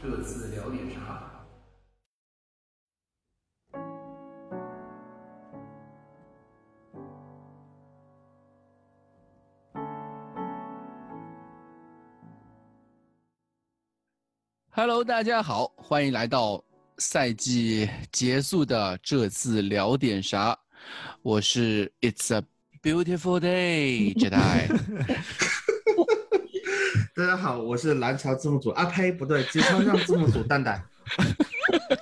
这次聊点啥？ Hello，大家好，欢迎来到赛季结束的这次聊点啥。我是 It's a beautiful day Jedi，大家好，我是蓝桥字幕组阿呸，不对，机舱上字幕组蛋蛋。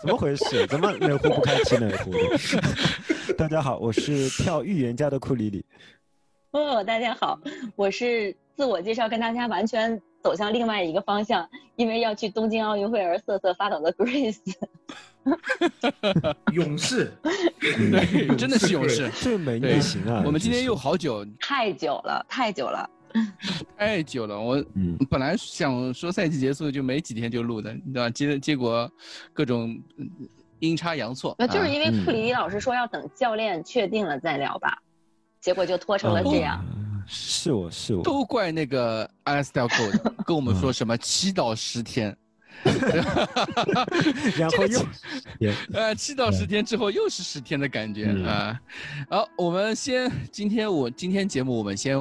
怎么回事？怎么哪壶不开提哪壶的？大家好，我是跳预言家的库里里。 哦，大家好，我是自我介绍，跟大家完全走向另外一个方向，因为要去东京奥运会而瑟瑟发抖的 Grace。勇士， 对， 真的是勇士。这美逆行啊！我们今天又真好久太久了，太久了，太久了，我是，嗯，本来想说赛季结束就没几天就录的，你知道，结结果各种嗯阴差阳错，那就是啊因为库里老师说要等教练确定了再聊吧，结果就拖成了这样。啊是我是我，都怪那个 i s t y l Code 跟我们嗯说什么七到十天，然后又也呃，七到十天之后又是十天的感觉嗯啊。好，我们先今天我今天节目我们先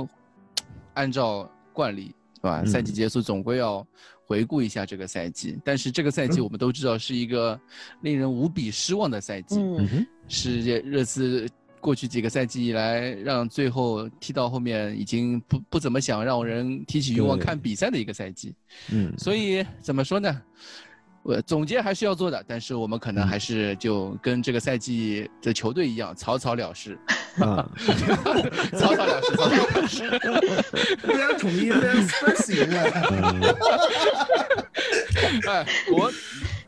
按照惯例是吧？嗯赛季结束总归要回顾一下这个赛季，但是这个赛嗯季我们都知道是一个令人无比失望的赛季，嗯，是热热刺过去几个赛季以来让最后踢到后面已经不不怎么想让人提起欲望对看比赛的一个赛季。嗯，所以怎么说呢？我总结还是要做的，但是我们可能还是就跟这个赛季的球队一样，草草了事，啊，草草了事，草草了事。非常统一，非常 spicy 啊！嗯哎，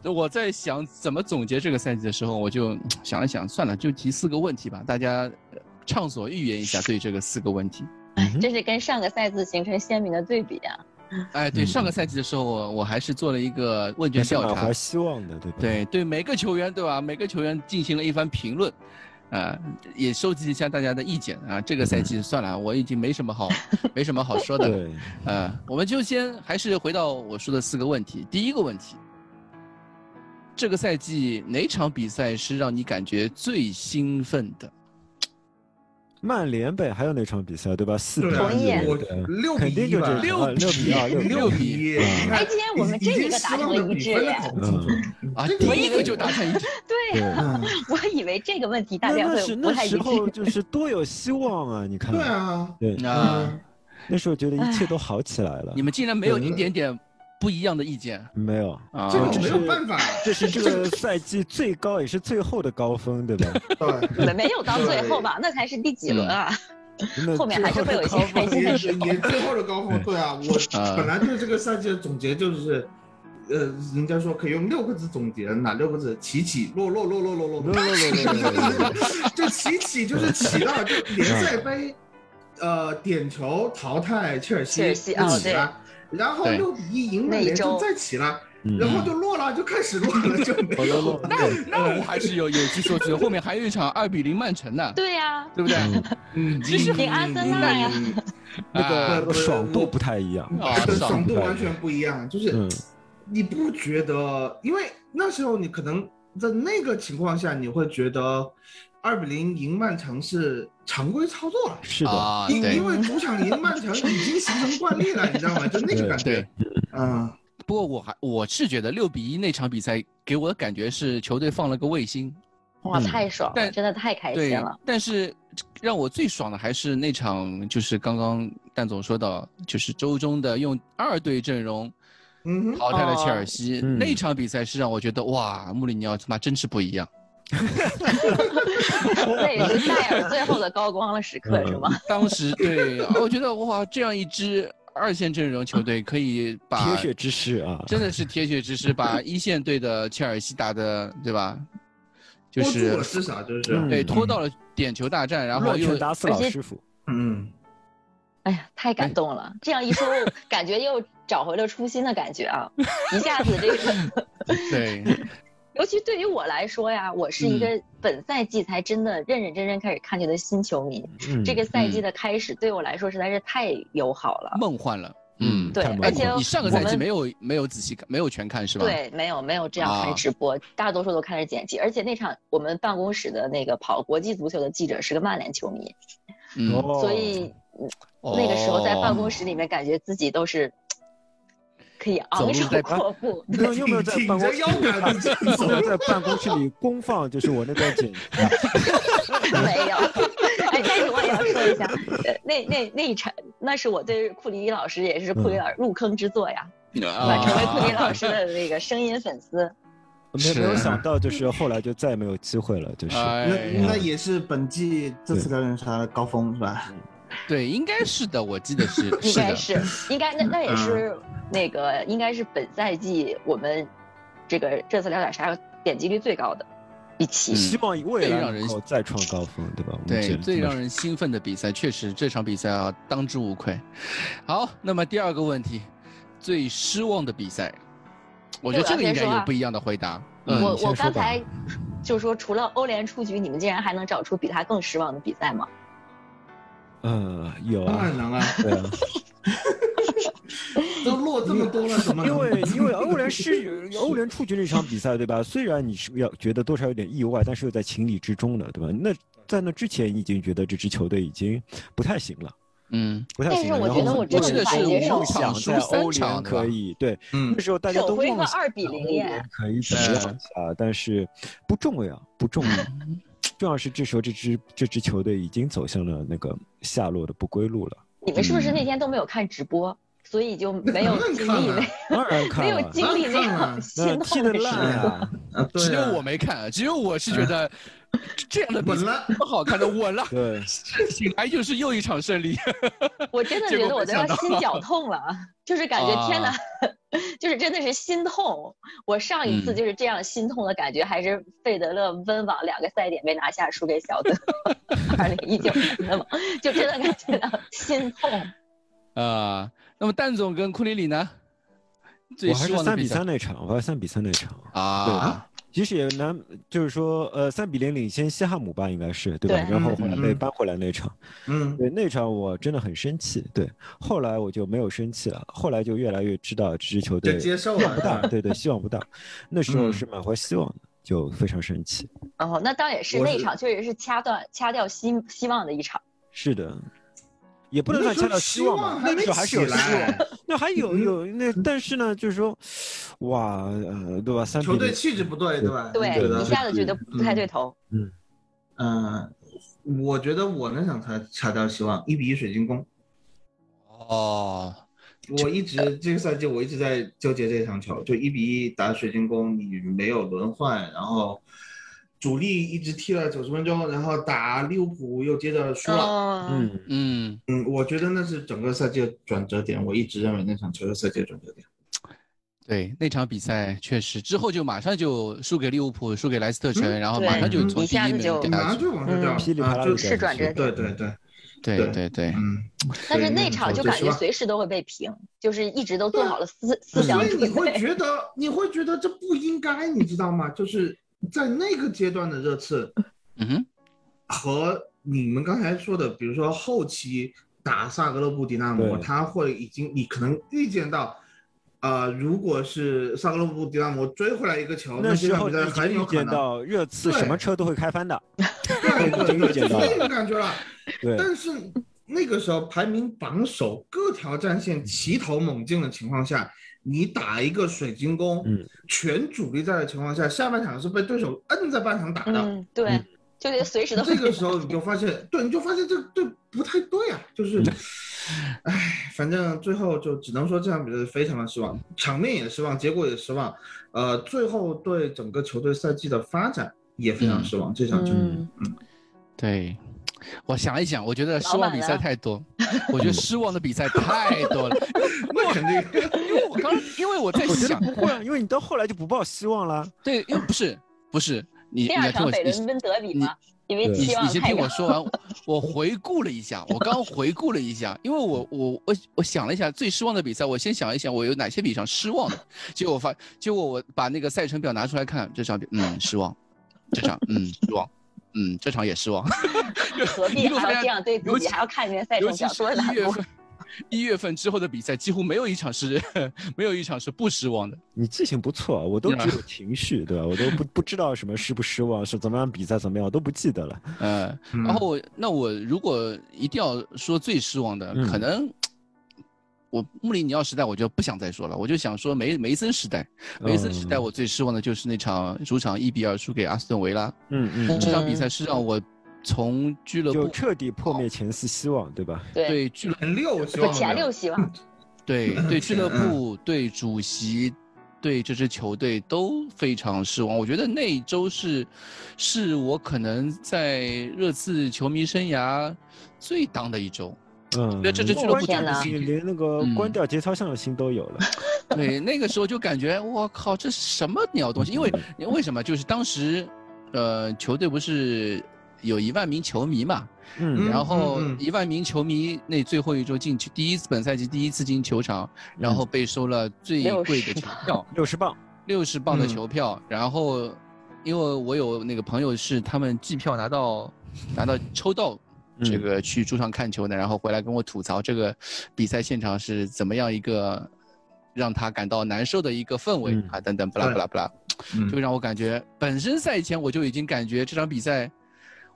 我我在想怎么总结这个赛季的时候，我就嗯想了想，算了，就提四个问题吧，大家呃畅所欲言一下对这个四个问题。哎这是跟上个赛季形成鲜明的对比啊。哎，对，嗯上个赛季的时候，我我还是做了一个问卷也是调满查怀，希望的，对吧？对对，每个球员对吧？每个球员进行了一番评论，啊、也收集一下大家的意见啊。这个赛季算了，我已经没什么好没什么好说的了。嗯对，呃，我们就先还是回到我说的四个问题。第一个问题，这个赛季哪场比赛是让你感觉最兴奋的？曼联北还有哪场比赛对吧？四比对啊同意一，我对六肯比定一就这吧，场六啊六比比二，六六比比一。一。嗯你看哎今天我们这已一经个达失成望了的一比致分耶了，搞不清楚啊，这第个一个就达成 一致。对呀、嗯 我以为这个问题那大家那会是不那太一时候致。就是多有希望啊！你看，对啊，对，啊，那时候觉得一切都好起来了你。们竟然没有对一点点不一样的意见没有，啊！这我个只没是有办法，这是这个赛季最高也是最后的高峰，对 吧？啊对，没没有到最后吧，那才是第几轮啊？那后面还是会有一些最后的开高心峰的也时候也最后的高峰，对啊，我啊本来对这个赛季的总结就是。呃，人家说可以用六个字总结，哪六个字？起起落落落落落落落落落落落落落，就起起就是起到就联赛杯，呃，点球淘汰切尔西，切尔西就哦起了，然后对六比一赢了那一联周就再起了，嗯然后就落了，就开始落了，就没有落落了。 那那我还是有有机说去的，后面还有一场二比零曼城呢， 对呀、对不对？嗯，其实你阿森纳呀嗯那啊个爽度不太一样，啊跟爽爽度度完全不一样，就是嗯你不觉得？因为那时候你可能在那个情况下，你会觉得二比零赢曼城是常规操作了。是的，啊，因对因。为主场赢曼城已经形成惯例了，你知道吗？就那个感觉对，，嗯，不过我还我是觉得六比一那场比赛给我的感觉是球队放了个卫星，哇，嗯太爽了，但真的太开心对了。。但是让我最爽的还是那场，就是刚刚蛋总说到，就是周中的用二队阵容嗯哼，淘汰了切尔西、嗯那场比赛，是让我觉得哇，穆里尼奥他妈真是不一样。 那也是戴尔最后的高光了时刻，嗯是吗？ 当时对，啊我觉得哇，这样一支二线阵容球队可以把铁血之师 啊，真的是铁血之师，把一线队的切尔西打的，对吧？就拖住是了，至少就是，嗯对拖到了点球大战，然后乱又拳打死老师傅，嗯，哎呀，太感动了！这样一说，感觉又找回了初心的感觉啊！一下子这个， 对，尤其对于我来说呀，我嗯是一个本赛季才真的认认真真开始看球的新球迷。嗯这个赛季的开始对我来说实在是太友好了，梦幻了，嗯，对看不而懂且你上个我赛季们没有没有仔细看，没有全看是吧？，对，没有没有这样看啊直播，大多数都看是剪辑。而且那场我们办公室的那个跑国际足球的记者是个曼联球迷，嗯，哦所以那个时候在办公室，室里面感觉自己都是可以昂走首路在阔步。没有，你有没有在挺办 公着室腰？啊杆子这样有走没有在办公室里公放？就是我那段 剪辑啊，没有， 哎，但是我也要说一下，呃那那那一场，那是我对库里老师也是库里老师入坑之作呀，对吧？啊成为库里老师的那个声音粉丝，没有没有是想到，就是后来就再没有机会了，就是哎嗯嗯那那也是本季这次辽宁啥的高峰是吧？对，应该是的，我记得 是应是该的，是应该那那也是那个应该是本赛季我们这个这次聊点啥点击率最高的一期。希望未最来让人能够再创高峰，对吧？我们这对，里最这么让人兴奋的比赛，确实这场比赛啊，当之无愧。好，那么第二个问题，最失望的比赛，我觉得这这个个要应先该说有啊不一样的回答。嗯，你我我先说刚吧才就说，除了欧联出局，你们竟然还能找出比他更失望的比赛吗？呃有当 啊然，能啊，对啊，都落这么多了，怎么能因为因 为欧联是有欧联出局那场比赛，对吧？虽然你是要觉得多少有点意外，但是又在情理之中的，对吧？那在那之前，已经觉得这支球队已经不太行了，嗯，不太但行是了。我然觉得后我真的那是时候无法接受梦想在欧联可以对，嗯那时候大家首都回合梦想2比0耶欧联可以怎么样啊？但是不重要，不重要。重要是这时候这支这支球队已经走向了那个下落的不归路了。你们是不嗯是那天都没有看直播，所以就没 有经历啊那、当然看没有了，经历那 样那心踢痛得的事烂情？呀、，啊，对啊只有 我没看，只有我是觉得这样的比稳赛了？不好看的，稳了对。醒来又是又一场胜利。 我真的觉得我都要心绞痛了，就是感觉天哪 啊，就是真的是心痛。我上一次嗯就是这样心痛的感觉，还是费德勒温网两个赛点没拿下，输给小德，二零一九年的嘛，就真的感觉到心痛。啊、那么蛋总跟库里里呢？最我还失是望的三比比赛三那场，我还是三比三那场，啊，其实也难，就是说，呃，三比零领先西汉姆吧，应该是对吧？对然后后来嗯被嗯扳回来那场，嗯，对那场我真的很生气，对，后来我就没有生气了，后来就越来越知道这支球就队接受希望不大，了。对对，希望不大， 那时候嗯是满怀希望的，就非常生气。哦，那倒也是，我那是一场确实是掐断掐掉希希望的一场。是的，也不能算那时候掐到希望吧，希望那还个时候还是有没希起来望， 那还有嗯有那，但是呢，就是说，哇，呃，对吧？三比 球队零，气质不对，对吧？对，你觉一得？下子觉得不太对头。嗯，我觉得我那场才查到希望，一比一水晶宫。哦，我一直这个赛季我一直在纠结这场球，就一比一打水晶宫，你没有轮换，然后主力一直踢了九十分钟，然后打利物浦又接着输了。嗯，嗯，嗯，嗯，我觉得那是整个赛季的转折点，我一直认为那场球是赛季的转折点。对，那场比赛确实之后就马上就输给利物浦，输给莱斯特城，嗯然后对马上就从一第下一子名就掉马下上去。就往上掉，噼里嗯啪啦啊一就点是转折点对对对，对对对，嗯。但是对那嗯场我就最感失觉望随时都会被平，就是一直都做好了思思所想以你准会备。觉得，你会觉得这不应该，你知道吗？就是在那个阶段的热 刺嗯哼，和你们刚才说的，比如说后期打萨格勒布迪纳摩，对他会已经你可能预见到，呃，如果是萨格勒布迪纳摩追回来一个球，那这时场候比赛已经很预有可见能，到热刺什么对车都会开翻的，对对对，已经就预见是到那种感觉了。对，但是那个时候排名榜首，各条战线齐头猛进的情况下，你打一个水晶宫，嗯全主力在的情况下，下半场是被对手摁在半场打的。嗯，对，就觉得随时都会这个时候你就发现， 对，你就发现这这不太对啊，嗯就是，唉，反正最后就只能说这场比赛非常的失望，场面也失望，结果也失望，呃，最后对整个球队赛季的发展也非常失望。这场球，嗯，对，我想一想，我觉得失老望板比赛呢太 多，我觉得失望的比赛太多了，那肯定，因为我刚，因为我在我觉得想，不会啊，因为你到后来就不抱希望了。对，因为不是不是，你你第来二听场我，北你伦敦德比你嘛，因为对你希望你先太听我高。说完，我回顾了一下，我刚回顾了一下，因为我我我我想了一下最失望的比赛，我先想一想我有哪些比赛失望的，结果我发结果我把那个赛程表拿出来看，这场比嗯失望，这场嗯失望，嗯这场也失望， 何必一路还大要家这样对尤自己，其还要看这些赛尤程其表，是多难一月过！份，一月份之后的比赛几乎没有一场是 没有一场是不失望的。你记性不错啊，我都只有情绪，对吧？我都不不知道什么失不失望，是怎么样比赛怎么样，我都不记得了。呃，嗯然后我那我如果一定要说最失望的，嗯可能我穆里尼奥时代我就不想再说了，我就想说梅梅森时代，梅森时代嗯我最失望的就是那场主场一比二输给阿斯顿维拉，嗯嗯，这嗯场比赛是让我从俱乐就部彻底破灭前四希望，对吧？对，对俱乐前六希我望前没有六希望，对对俱乐嗯部、对主席、对这支球队都非常失望。我觉得那一周是，是我可能在热刺球迷生涯最当的一周。嗯，对这支俱乐部关掉真的你连那个嗯关掉节操项的心都有了。对，那个时候就感觉我靠，这是什么鸟东西？因为因为为什么？就是当时，呃，球队不是有一万名球迷嘛，嗯，然后嗯嗯一万名球迷那最后一周进球，第一次本赛季第一次进球场，然后被收了最60贵的球票，六十磅，六十磅的嗯球票，然后因为我有那个朋友是他们机票拿到拿到抽到这嗯个去主场看球的，然后回来跟我吐槽这个比赛现场是怎么样一个让他感到难受的一个氛围、嗯啊等等，不啦不啦不啦，嗯就让我感觉本身赛前我就已经感觉这场比赛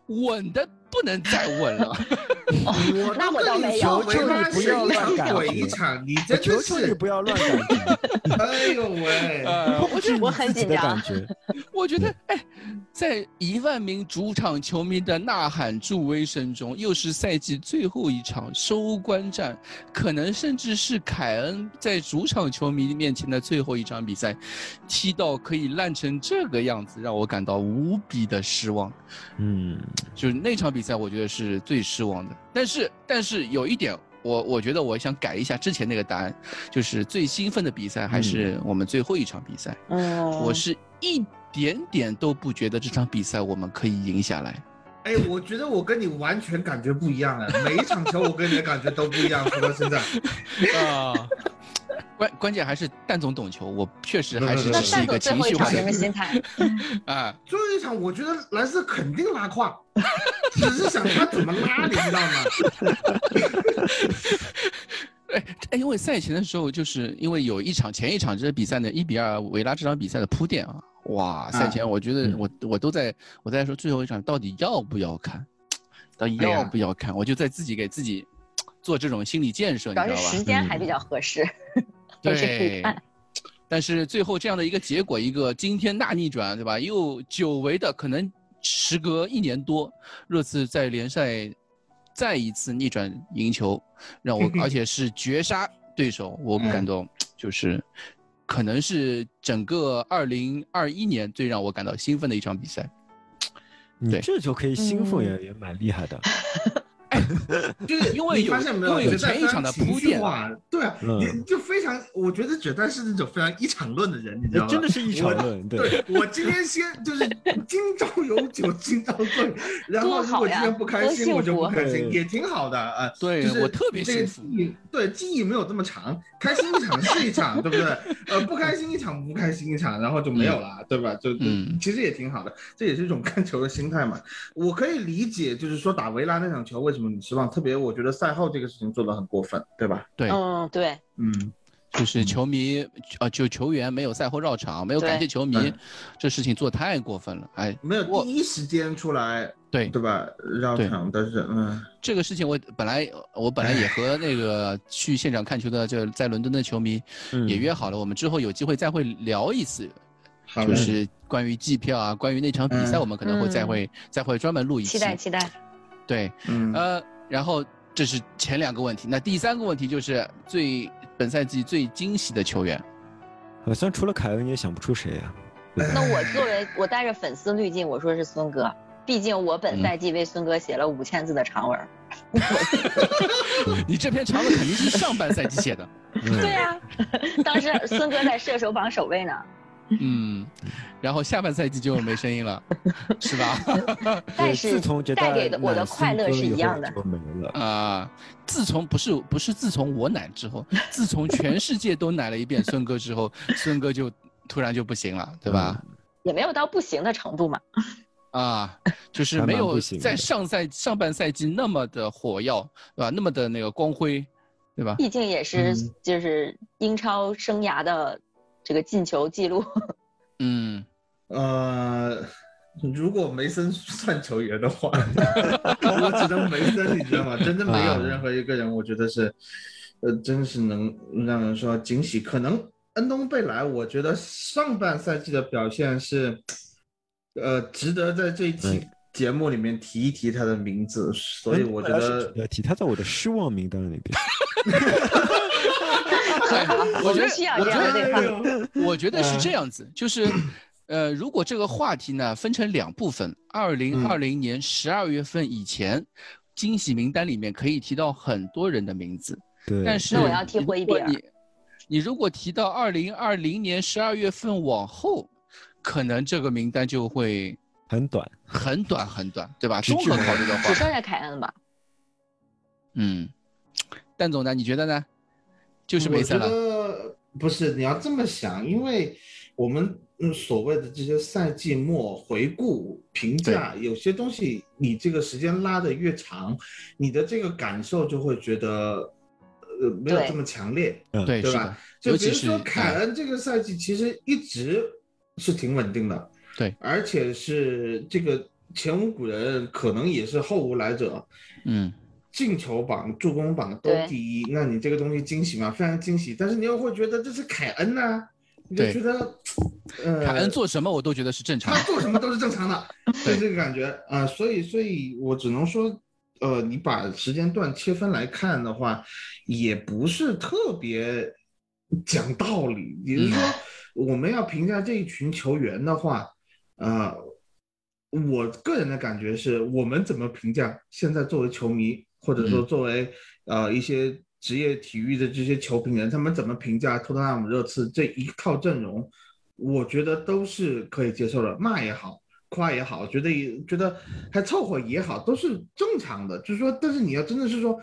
稳的不能再稳 了。我那我倒跟没你有说，求维求拉你不是要一乱场改鬼名一场，你我真呃求的求你是，不要乱改，哎呦 喂，呃，控制我你很自己紧的张感觉。我觉得，哎，在一万名主场球迷的呐喊助威声中，又是赛季最后一场收官战，可能甚至是凯恩在主场球迷面前的最后一场比赛，踢到可以烂成这个样子，让我感到无比的失望。嗯，就是那场比赛，我觉得是最失望的。但是，但是有一点，我我觉得我想改一下之前那个答案，就是最兴奋的比赛还是我们最后一场比赛。嗯，我是一点点都不觉得这场比赛我们可以赢下来。哎，我觉得我跟你完全感觉不一样哎，每一场球我跟你的感觉都不一样，说到现在，啊， 关关键还是蛋总懂球，我确实还是不那只不不是赛一总个最情后一绪场化什么的 心态？啊。最后一场我觉得莱斯肯定拉胯，只是想他怎么拉，你知道吗？哎哎，因为赛前的时候，就是因为有一场前一场这比赛呢，一比二维拉这场比赛的铺垫啊，哇，赛前我觉得嗯我、我都在我在说最后一场到底要不要看，到底哎呀要不要看，我就在自己给自己做这种心理建设，你主要知是道吧嗯时？间还比较合适， 合适可以对看。但是最后这样的一个结果，一个惊天大逆转，对吧？又久违的，可能时隔一年多，热刺在联赛再一次逆转赢球，让我而且是绝杀对手，我嗯感到就是可能是整个二零二一年最让我感到兴奋的一场比赛。你对这就可以兴奋，也也蛮厉害的。就是因为你发有现没因为有有，前一场的铺垫啊，对啊，嗯你就非常，我觉得九蛋是那种非常一场论的人，你知道吗？哎真的是一场论，对，对我今天先就是今朝有酒 今朝醉，然后多如好果今天呀不开多心，幸我就不福啊开心，对也挺好的啊。对就是我特别这个幸福记忆对，记忆没有这么长，开心一场是一场，对不对？呃，不开心一场，不开心一场，然后就没有了，对吧？就就嗯其实也挺好的，这也是一种看球的心态嘛。我可以理解，就是说打维拉那场球为什么你失望，特别我觉得赛后这个事情做的很过分，对吧？对，嗯，对，嗯，就是球迷呃，就球员没有赛后绕场，没有对感谢球迷嗯，这事情做太过分了。哎，没有我第一时间出来，对对吧？绕对场，但是嗯。这个事情我本来我本来也和那个去现场看球的这在伦敦的球迷嗯也约好了，我们之后有机会再会聊一次，好嘞就是关于季票啊，关于那场比赛，嗯我们可能会再会再会专门录一期。期待期待。对，嗯呃，然后这是前两个问题，那第三个问题就是最本赛季最惊喜的球员， 好像呃除了凯恩也想不出谁啊。那我作为我带着粉丝滤镜，我说是孙哥，毕竟我嗯本赛季为孙哥写了五千字的长文。你这篇长文肯定是上半赛季写的，对啊嗯，呀， 当时孙哥在射手榜首位呢，嗯，然后下半赛季就没声音 了，是吧？ 但对是自从觉得带给的我的快乐是一样的。就没了。啊、自从不是不是自从我奶之后，自从全世界都奶了一遍孙哥之后，孙哥就突然就不行了，对吧？也没有到不行的程度嘛。啊，就是嗯还没蛮有不行在的上赛上半赛季那么的火药，对吧？那么的那个光辉，对吧？毕竟也是嗯就是英超生涯的这个进球记录。 嗯，呃，如果梅森算球员的 话，我只能梅森，你知道吗？真的没有任何一个人，我觉得是，呃，真是能让人说惊喜。可能恩东贝莱，我觉得上半赛季的表现是，呃，值得在这一期节目里面提一提他的名字。所以嗯哎我觉得，要呃提他在我的失望名单里边。我我觉们得需要我这样觉的对话。得我觉得是这嗯样子，就是，呃，如果这个话题呢分成两部分，二嗯零二零年十二月份以前，惊喜名单里面可以提到很多人的名字，对，但是那我要替霍伊如果比尔你你如果提到二零二零年十二月份往后，可能这个名单就会很短。很短很短，对吧？直综至合考虑的只话，剩下凯恩了吧？嗯，蛋总呢，你觉得呢？就是梅我觉森了，得不是，你要这么想，因为我们嗯所谓的这些赛季末回顾评价，有些东西你这个时间拉得越长，你的这个感受就会觉得。呃，没有对这么强烈，嗯，对，对是吧的，就尤比其如是哎说凯恩这个赛季其实一直是挺稳定的，对，而且是这个前无古人，可能也是后无来者，嗯，进球榜、助攻榜都对第一，那你这个东西惊喜吗？非常惊喜，但是你又会觉得这是凯恩呐、你就对觉得，呃，凯恩做什么我都觉得是正常他的，做什么都是正常 的，就对这个感觉啊、所以，所以我只能说，呃，你把时间段切分来看的话，也不是特别讲道理。比嗯如说，我们要评价这一群球员的话，啊、我个人的感觉是我们怎么评价现在作为球迷，或者说嗯作为、呃一些职业体育的这些球评人，他们怎么评价托特纳姆热刺这一套阵容，我觉得都是可以接受的，骂也好，夸也好，觉得也觉得还凑合也好，都是正常的。就是说，但是你要真的是说。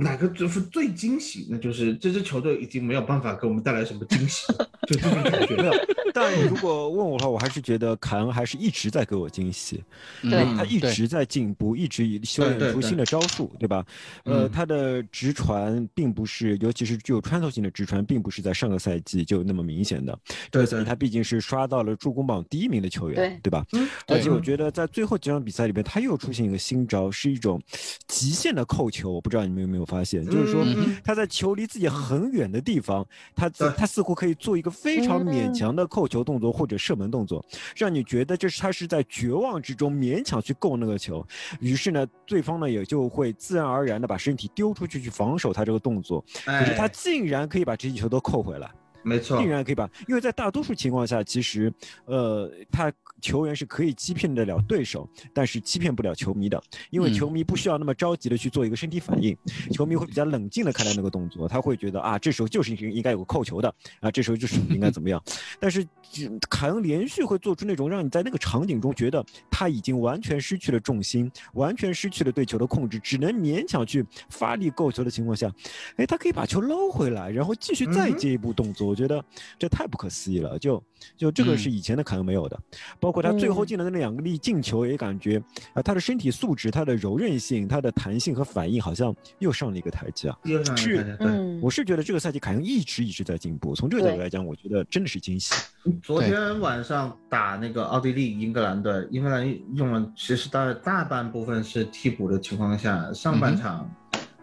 哪个最最惊喜？那就是这支球队已经没有办法给我们带来什么惊喜，就这种感没有 觉。，但如果问我的话，我还是觉得凯恩还是一直在给我惊喜。对嗯他一对直在进步，一直以修对炼对出对新的招数，对吧？呃，嗯他的直传并不是，尤其是具有穿透性的直传，并不是在上个赛季就那么明显的。对所以对，他毕竟是刷到了助攻榜第一名的球员，对吧？嗯而对且我觉得在最后几场比赛里面，他又出现一个新招，是一种极限的扣球。我不知道你们有没有发现，就是说嗯嗯他在球离自己很远的地方，他对他似乎可以做一个非常勉嗯强的扣球动作或者射门动作，让你觉得这是他是在绝望之中勉强去够那个球。于是呢，对方呢也就会自然而然的把身体丢出去去防守他这个动作。可是他哎，竟然可以把这些球都扣回来。没错定，然可以把，因为在大多数情况下，其实，呃，他球员是可以欺骗得了对手，但是欺骗不了球迷的，因为嗯球迷不需要那么着急的去做一个身体反应，球迷会比较冷静的看待那个动作，他会觉得啊，这时候就是应应该有个扣球的，啊，这时候就是应该怎么样。但是嗯凯恩连续会做出那种让你在那个场景中觉得他已经完全失去了重心，完全失去了对球的控制，只能勉强去发力够球的情况下，哎，他可以把球捞回来，然后继续再嗯哼接一步动作，我觉得这太不可思议了。就就这个是以前的凯恩没有的，包括他最后嗯进的那两个粒进球，也感觉啊，他的身体素质、他的柔韧性、他的弹性和反应好像又上了一个台阶啊。又上是来看一下，对。嗯我，是觉得这个赛季凯恩一直一直在进步，从这个角度对来讲，我觉得真的是惊喜。昨天晚上打那个奥地利、英格兰队，英格兰用了其实大大半部分是替补的情况下，上半场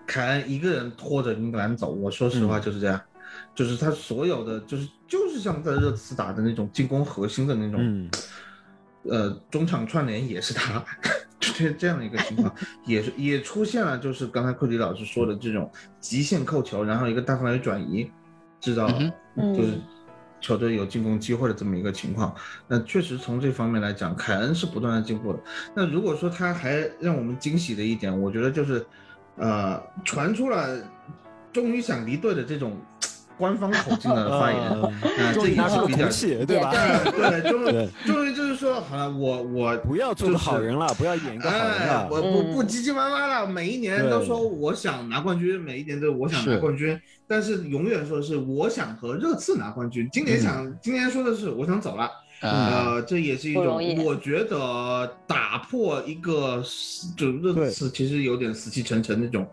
凯恩一个人拖着英格兰走，我说实话就是这样，就是他所有的就是就是像在热刺打的那种进攻核心的那种，嗯呃，中场串联也是他， 就是这样的一个 情况，也是也出现了，就是刚才库里老师说的这种极限扣球，然后一个大范围转移，制造嗯哼就是嗯球队有进攻机会的这么一个情况。那确实从这方面来讲，凯恩是不断的进步的。那如果说他还让我们惊喜的一点，我觉得就是，呃，传出了终于想离队的这种官方口径的发言。呃啊终于这拿也是出了比骨较气，对吧？对，终对于终于就是说，好了，我我不要做个好人了，不要演一个好啊人哎，我了。不嗯不唧唧歪歪了，每一年对都说我想拿冠军，每一年都我想拿是冠军，但是永远说是我想和热刺拿冠军。今年想，嗯今年说的是我想走了，啊，呃，这也是一不种容易，我觉得打破一个就热刺其实有点死气沉沉那种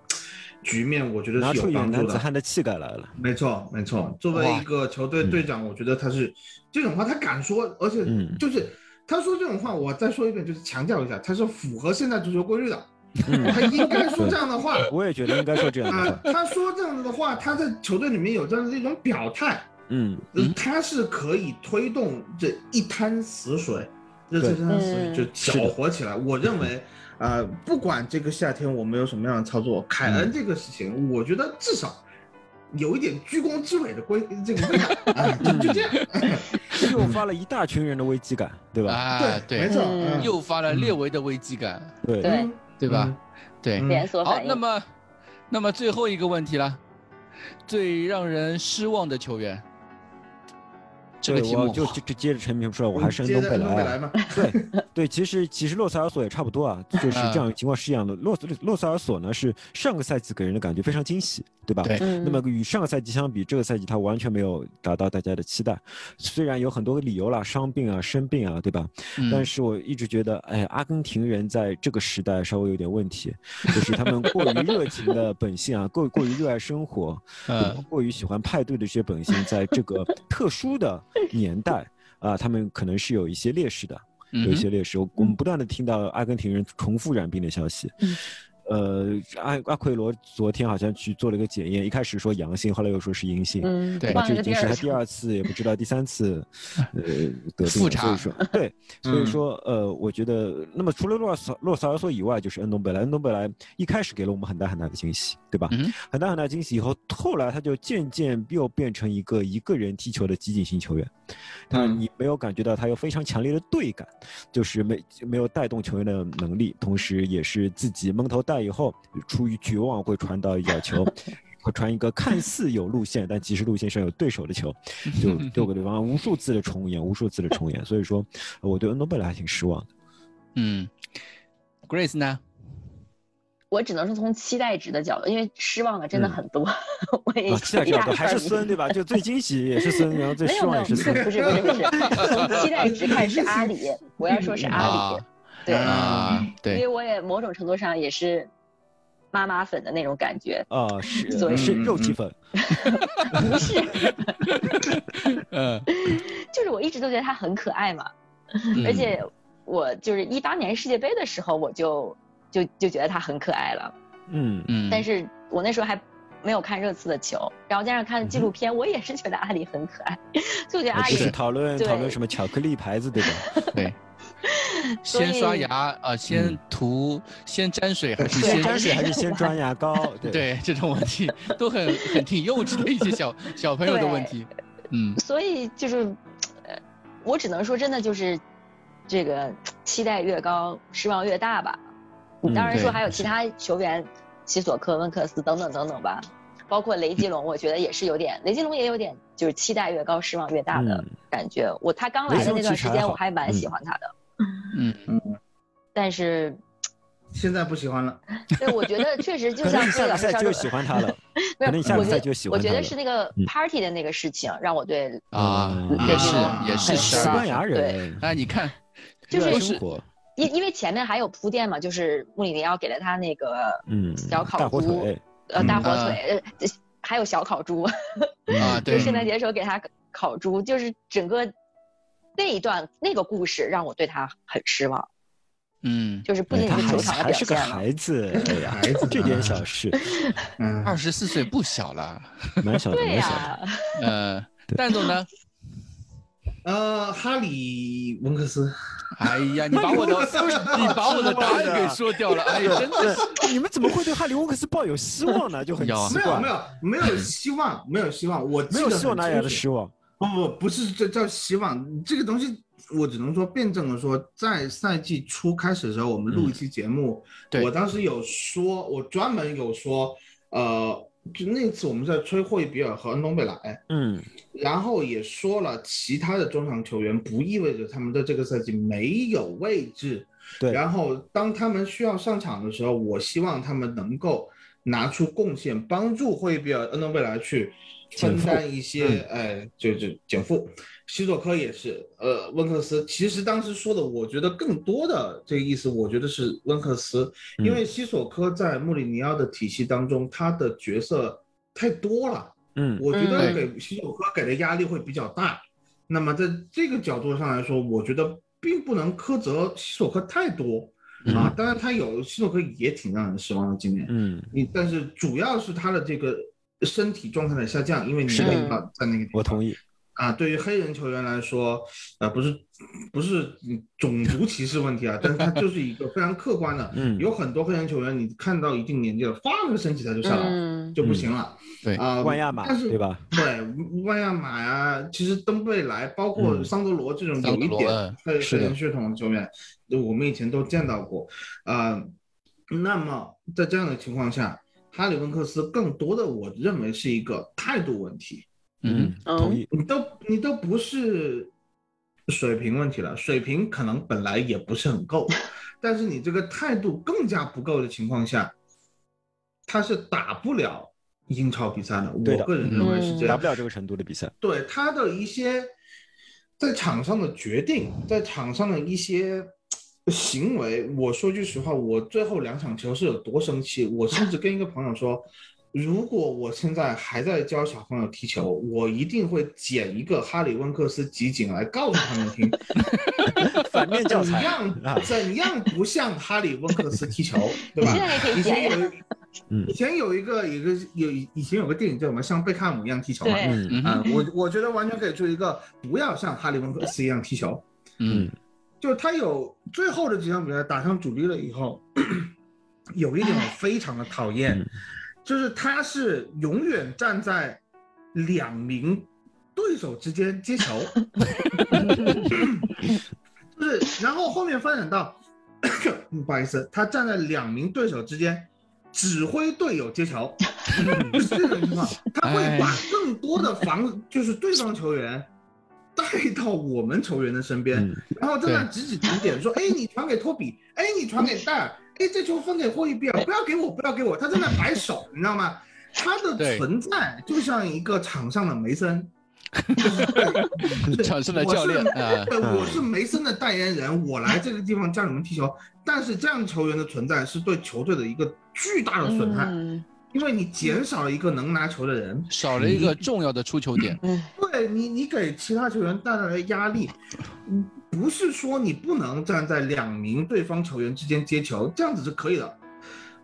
局面，我觉得拿是出有一个帮男助子的。汉的气概来了。没错，没错。作为哇一个球队队长，我觉得他是这种话他敢说，而且嗯就是他说这种话，我再说一遍，就是强调一下，他是符合现代足球规律的，嗯，他应该说这样 的话。我也觉得应该说这样啊、的话。他说这样子的话，他在球队里面有这样的一种表态，嗯，呃他是可以推动这一滩死水，这对这滩死水嗯就是搅的和起来。我认为，呃，不管这个夏天我们有什么样的操作，凯嗯恩这个事情，我觉得至少有一点居功至伟的规这个味道，啊，嗯就就这样，诱发了一大群人的危机感，哎对吧？啊，没对，错，嗯嗯诱发了列维的危机感，对对嗯对吧？对，嗯连锁好，反应。那么，那么最后一个问题了，最让人失望的球员，这个对题我目就就就接着陈明说，我还是恩嗯接东着贝恩东莱啊贝莱。嘛，对对，其实其实洛塞尔索也差不多啊，就是这样情况是一样的。洛斯洛塞尔索呢是上个赛季给人的感觉非常惊喜，对吧？对嗯那么与上个赛季相比，这个赛季他完全没有达到大家的期待，虽然有很多理由啦，伤病啊、生病啊，对吧？嗯但是我一直觉得，哎，阿根廷人在这个时代稍微有点问题，就是他们过于热情的本性啊，过过于热爱生活，对吧嗯过于喜欢派对的这些本性，在这个特殊的年代 啊、他们可能是有一些劣势的，嗯有一哼些劣势。我我们不断的听到阿根廷人重复染病的消息。呃，阿阿奎罗昨天好像去做了一个检验，一开始说阳性，后来又说是阴性。嗯，对那忘这已了个经第是二他次第二次，也不知道第三次，呃，得病了。复查所以说，对，所以嗯说，呃，我觉得，那么除了洛萨洛萨尔索以外，就是恩东贝莱。恩东贝莱一开始给了我们很大很大的惊喜，对吧？嗯很大很大惊喜以后，后来他就渐渐又变成一个一个人踢球的激进型球员。他嗯你没有感觉到他有非常强烈的队感，就是没没有带动球员的能力，同时也是自己蒙头带以后，出于绝望会传到一脚球。会传一个看似有路线，但其实路线上有对手的球，就丢给对方，无数次的重演，无数次的重演。所以说，呃我对恩东贝莱还挺失望的。嗯，Grace 呢？我只能说从期待值的角度，因为失望的真的嗯很多，我 也啊，期待一值大高，还半是儿孙对吧？就最惊喜也是孙，然后最没失有望也没是有，不是孙。 不是不是不 是，从期待值看是阿里，我要说是阿里啊，对，啊，因对为，我也某种程度上也是妈妈粉的那种感觉，啊，是所以是肉体粉，不是，嗯，就是我一直都觉得她很可爱嘛，嗯而且我就是一八年世界杯的时候，我就就就觉得她很可爱了，嗯，嗯，但是我那时候还。没有看热刺的球，然后加上看纪嗯录片，我也是觉得阿里很可爱，所以我觉得啊阿不里啊是讨论对讨论什么巧克力牌子对吧？对，所先刷以牙啊、呃先嗯涂，先沾水还是对先先沾水还是先装牙膏？对，对这种问题都很很挺幼稚的一些小小朋友的问题。嗯所以就是，呃，我只能说，真的就是这个期待越高，失望越大吧。嗯当然说对还有其他球员，西索科、温克斯等等等等吧，包括雷吉隆，我觉得也是有点，雷吉隆也有点就是期待越高，失望越大的嗯感觉。我他刚来的那段雷吉时隆其实还间，好我还蛮喜欢他的，嗯但是，现在不喜欢了，对，我觉得确实就可能像你这下个个老师赛上季就喜欢他了。没可能你下有，个我赛季就觉得喜欢我觉他得了是那个嗯 party 的那个事情让我对啊嗯，也是啊也是很十失二望西班牙人，哎，你看，就是热爱生活，因因为前面还有铺垫嘛，就是穆里尼奥给了他那个嗯，小烤大火猪，腿，呃嗯大火腿，呃还有小烤猪， 啊，就对，圣诞节的时候给他烤猪，就是整个那一段那个故事让我对他很失望，嗯，就是不哎仅他仅是还球是场还的表是个现了，孩子，哎呀，孩子这点小事，嗯，二十四岁不小了。蛮小的，对蛮呀、小的。呃，蛋总呢？呃，哈里文克斯，哎呀，你把我 的 你把我的答案给说掉了，哎呀，真的是。对，你们怎么会对哈利沃克斯抱有希望呢？就很有啊奇没有没怪，有没有希望，没有希望，我没有希望哪里来的失。失望？不不不是这叫希望，这个东西我只能说辩证的说，在赛季初开始的时候，我们录一期节目，对我当时有说，我专门有说，呃，就那次我们在吹霍伊比尔和恩东贝莱，嗯然后也说了其他的中场球员不意味着他们在这个赛季没有位置，对然后当他们需要上场的时候，我希望他们能够拿出贡献，帮助霍伊比尔、恩东贝莱去减分负嗯担一些，哎，就就减负。西索科也是，呃，温克斯其实当时说的，我觉得更多的这个意思，我觉得是温克斯，嗯因为西索科在穆里尼奥的体系当中，他的角色太多了。嗯我觉得嗯给西索科给的压力会比较大。那么在这个角度上来说，我觉得并不能苛责西索科太多啊。当然，他有西索科也挺让人失望的今年。嗯，你但是主要是他的这个身体状态的下降，因为你是的没法在那个地方我同意。啊。对于黑人球员来说，呃，不是不是嗯种族歧视问题啊，但是他就是一个非常客观的。嗯， 有很多黑人球员，你看到一定年纪了，发个身体他就上来了，嗯就不行了。对啊，万亚马但是对吧？对，万亚马呀，其实登贝莱，包括嗯桑德罗这种桑有德一罗点嗯黑是黑的人血统的球员，我们以前都见到过。啊，那么在这样的情况下，哈里温克斯更多的我认为是一个态度问题，嗯，嗯同意。你都你都不是水平问题了，水平可能本来也不是很够，但是你这个态度更加不够的情况下，他是打不了英超比赛的。对的嗯我个人认为是这达样不。了这个程度的比赛。对他的一些在场上的决定，在场上的一些呃行为，我说句实话，我最后两场球是有多生气，我甚至跟一个朋友说，如果我现在还在教小朋友踢球，我一定会剪一个哈里温克斯集锦来告诉他们听，反面教怎材样啊怎样不像哈里温克斯踢球，对吧现？在也可以啊以前剪有呀，一嗯以前有一个有一个有以前有个电影叫什么，像贝克汉姆一样踢球嘛。对嗯嗯啊，我我觉得完全可以做一个不要像哈利温克斯一样踢球，嗯就是他有最后的几场比赛打上主力了以后，有一点我非常的讨厌哎嗯，就是他是永远站在两名对手之间 接球，就是然后后面发展到，嗯不好意思，他站在两名对手之间指挥队友接球，就是这种情况，他会把哎更多的防就是对方球员。带到我们球员的身边，嗯然后在那指指点点说：“哎，你传给托比，哎，你传给戴尔，哎，这球分给霍伊比尔，不要给我，不要给我。”他在那摆手，你知道吗？他的对存在就像一个场上的梅森，场上的教练啊，对，嗯我是梅森的代言人，我来这个地方教你们踢球。但是这样球员的存在是对球队的一个巨大的损害，嗯因为你减少了一个能拿球的人，少了一个重要的出球点。嗯对你，你给其他球员带来的压力，嗯不是说你不能站在两名对方球员之间接球，这样子是可以的。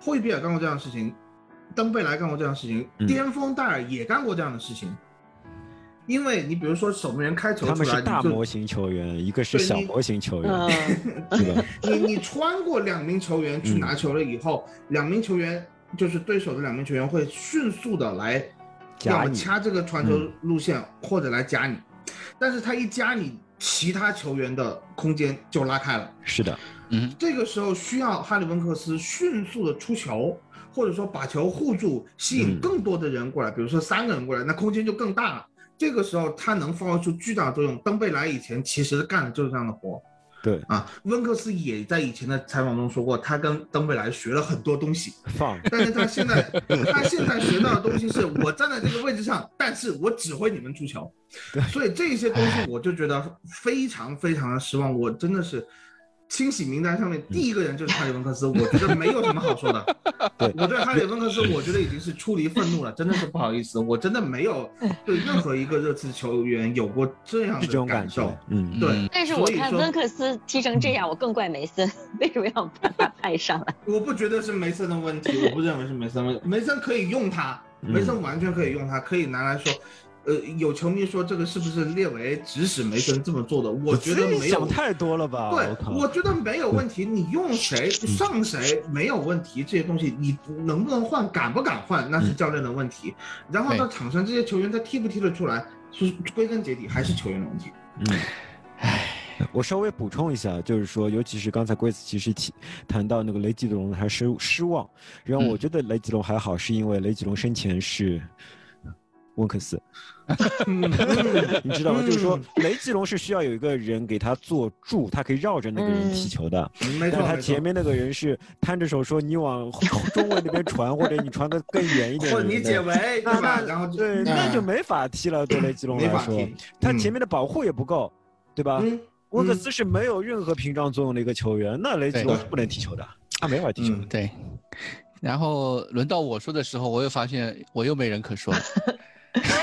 霍伊比尔干过这样的事情，登贝莱干过这样的事情，嗯巅峰戴尔也干过这样的事情。因为你比如说守门员开球他出们来，是大你就模型球员，一个是对小你模型球员，嗯，对吧？你你穿过两名球员去嗯拿球了以后，两名球员就是对手的两名球员会迅速的来，夹要么你嗯掐这个传球路线，或者来夹你。但是他一夹你，其他球员的空间就拉开了。是的，嗯这个时候需要哈里温克斯迅速的出球，或者说把球护住，吸嗯引更多的人过来，比如说三个人过来，那空间就更大了。这个时候他能发挥出巨大的作用。登贝莱以前其实干的就是这样的活，对，啊，温克斯也在以前的采访中说过，他跟登贝莱学了很多东西， 放但是他现在他现在学到的东西是我站在这个位置上，但是我指挥你们 出球，所以这些东西我就觉得非常非常的失望，我真的是。清洗名单上面第一个人就是哈里温克斯，我觉得没有什么好说的。 对我对哈里温克斯，我觉得已经是出离愤怒了，真的是不好意思，我真的没有对任何一个热刺球员有过这样这种的感感觉受。，嗯，对嗯，但是我所以看说温克斯踢成这样，我更怪梅森，为什么要把他派上来？我不觉得是梅森的问题，我不认为是梅森的问题。梅森可以用他，嗯梅森完全可以用他，可以拿来说。呃，有球迷说这个是不是列维指使梅森这么做的？我觉得自己没有想。太多了吧？对我，靠，我觉得没有问题。你用谁上谁没有问题，这些东西你能不能换，敢不敢换，嗯那是教练的问题。然后到场上这些球员他踢不踢得出来，是归根结底还是球员的 问题。我稍微补充一下，就是说，尤其是刚才龟子其实提谈到那个雷吉隆，他失失望，然后我嗯觉得雷吉隆还好，是因为雷吉隆生前是温克斯，嗯你知道 吗？就是说嗯雷吉隆是需要有一个人给他做柱，他可以绕着那个人踢球的。嗯没但错，他没错前面那个人是摊着手说：“你往 中卫那边传，或者你传的更远一点。” 或者你解围，对那吧？那然后就对，嗯那就没法踢了。 对雷吉隆没来法说踢，，他嗯前面的保护也不够，对吧？嗯温克斯是没有任何屏障作用的一个球员，那雷吉隆对是不能踢球的，他没法踢球的。嗯，对，然后轮到我说的时候，我又发现我又没人可说了。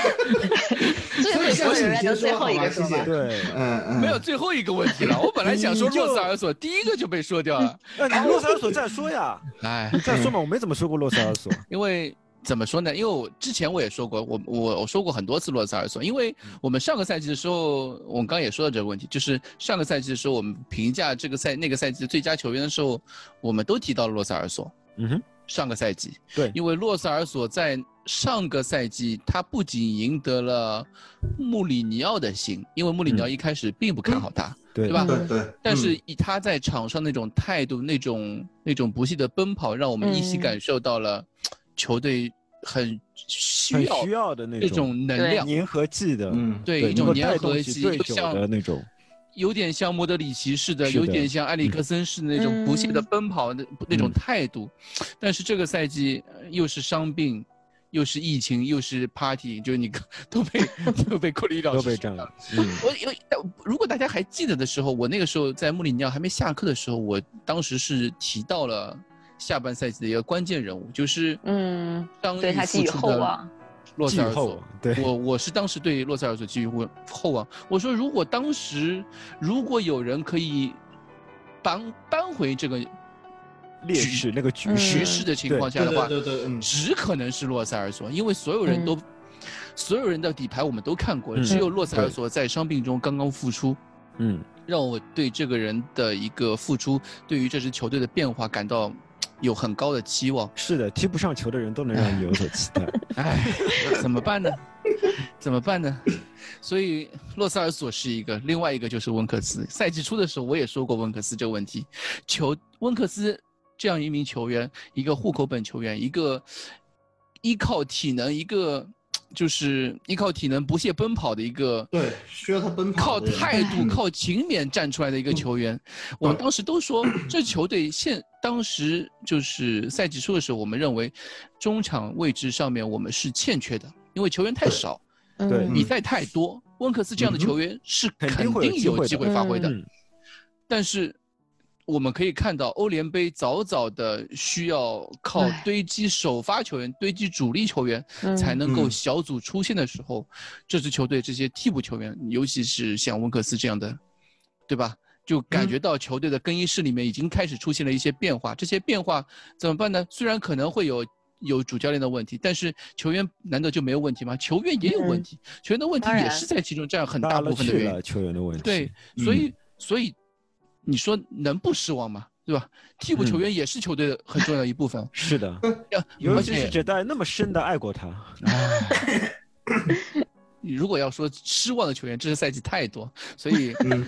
所以下次你最会说的人来先到说最好后一吧个说谢谢吧。对，嗯嗯，没有最后一个问题 了，我本来想说你就洛塞尔索，第一个就被说掉了。那你洛塞尔索再说呀，嗯哎嗯你，再说嘛，我没怎么说过洛塞尔索。因为怎么说呢？因为我之前我也说过，我我我说过很多次洛塞尔索，因为嗯我们上个赛季的时候，我们刚刚也说到这个问题，就是上个赛季的时候，我们评价这个赛那个赛季的最佳球员的时候，我们都提到了洛塞尔索。嗯哼，上个赛季，对因为洛塞尔索在上个赛季，他不仅赢得了穆里尼奥的心，因为穆里尼嗯奥一开始并不看好他，对对吧？对对，但是嗯以他在场上那种态度、那种那种不懈的奔跑，让我们依稀嗯感受到了球队很需很要需要的那那种能对量，粘合剂的，嗯，对对一能种够粘带动合起剂，对就手的像那种。有点像莫德里奇似的，是的嗯有点像埃里克森似的那种不懈的嗯奔跑的那种态度。但是这个赛季呃又是伤病，又是疫情，又是 party，就是你 都 被都被库里老师都被说占掉了。嗯，我有，如果大家还记得的时候，我那个时候在穆里尼奥还没下课的时候，我当时是提到了下半赛季的一个关键人物，就是嗯，当对他寄予厚望。洛寄塞予尔厚索望，对嗯我我是当时对洛塞尔索寄予厚厚望，我说如果当时如果有人可以扳扳回这个劣势那个局嗯局势，势的情对况下对的话，对对对，嗯，只可能是洛塞尔索，因为所有人嗯都。所有人的底牌我们都看过，只有洛塞尔索在伤病中刚刚复出，嗯，让我对这个人的一个付出，对于这支球队的变化感到有很高的期望。是的，踢不上球的人都能哎让你有所期待。唉，哎怎么办呢？怎么办呢？所以洛塞尔索是一个，另外一个就是温克斯。赛季初的时候我也说过温克斯这个问题，球温克斯这样一名球员，一个户口本球员，一个依靠体能，一个就是依靠体能不懈奔跑的一个对，需要他奔跑靠的人，态度、嗯靠勤勉站出来的一个嗯球员，我们对当时都说这球队现当时就是赛季初的时候，我们认为中场位置上面我们是欠缺的，因为球员太少，嗯对比赛太多。温克斯这样的球员是嗯肯定肯会有定机有会机 的会发挥的嗯，但是我们可以看到欧联杯早早的需要靠唉堆积首发球员、堆积主力球员嗯才能够嗯小组出现的时候，这支球队这些替补球员，尤其是像温克斯这样的，对吧？就感觉到球队的更衣室里面已经开始出现了一些变化，这些变化怎么办呢？虽然可能会有有主教练的问题，但是球员难道就没有问题吗？球员也有问嗯题，球员的问题当也然是在其中占很大大部了分的去原因了。球员的问题。，对，，嗯所以、所以你说能不失望吗？对吧？替补球员也是球队的很重要的一部分是的，尤嗯而其是且这代那么深的爱过他，如果要说失望的球员，这是赛季太多，所以嗯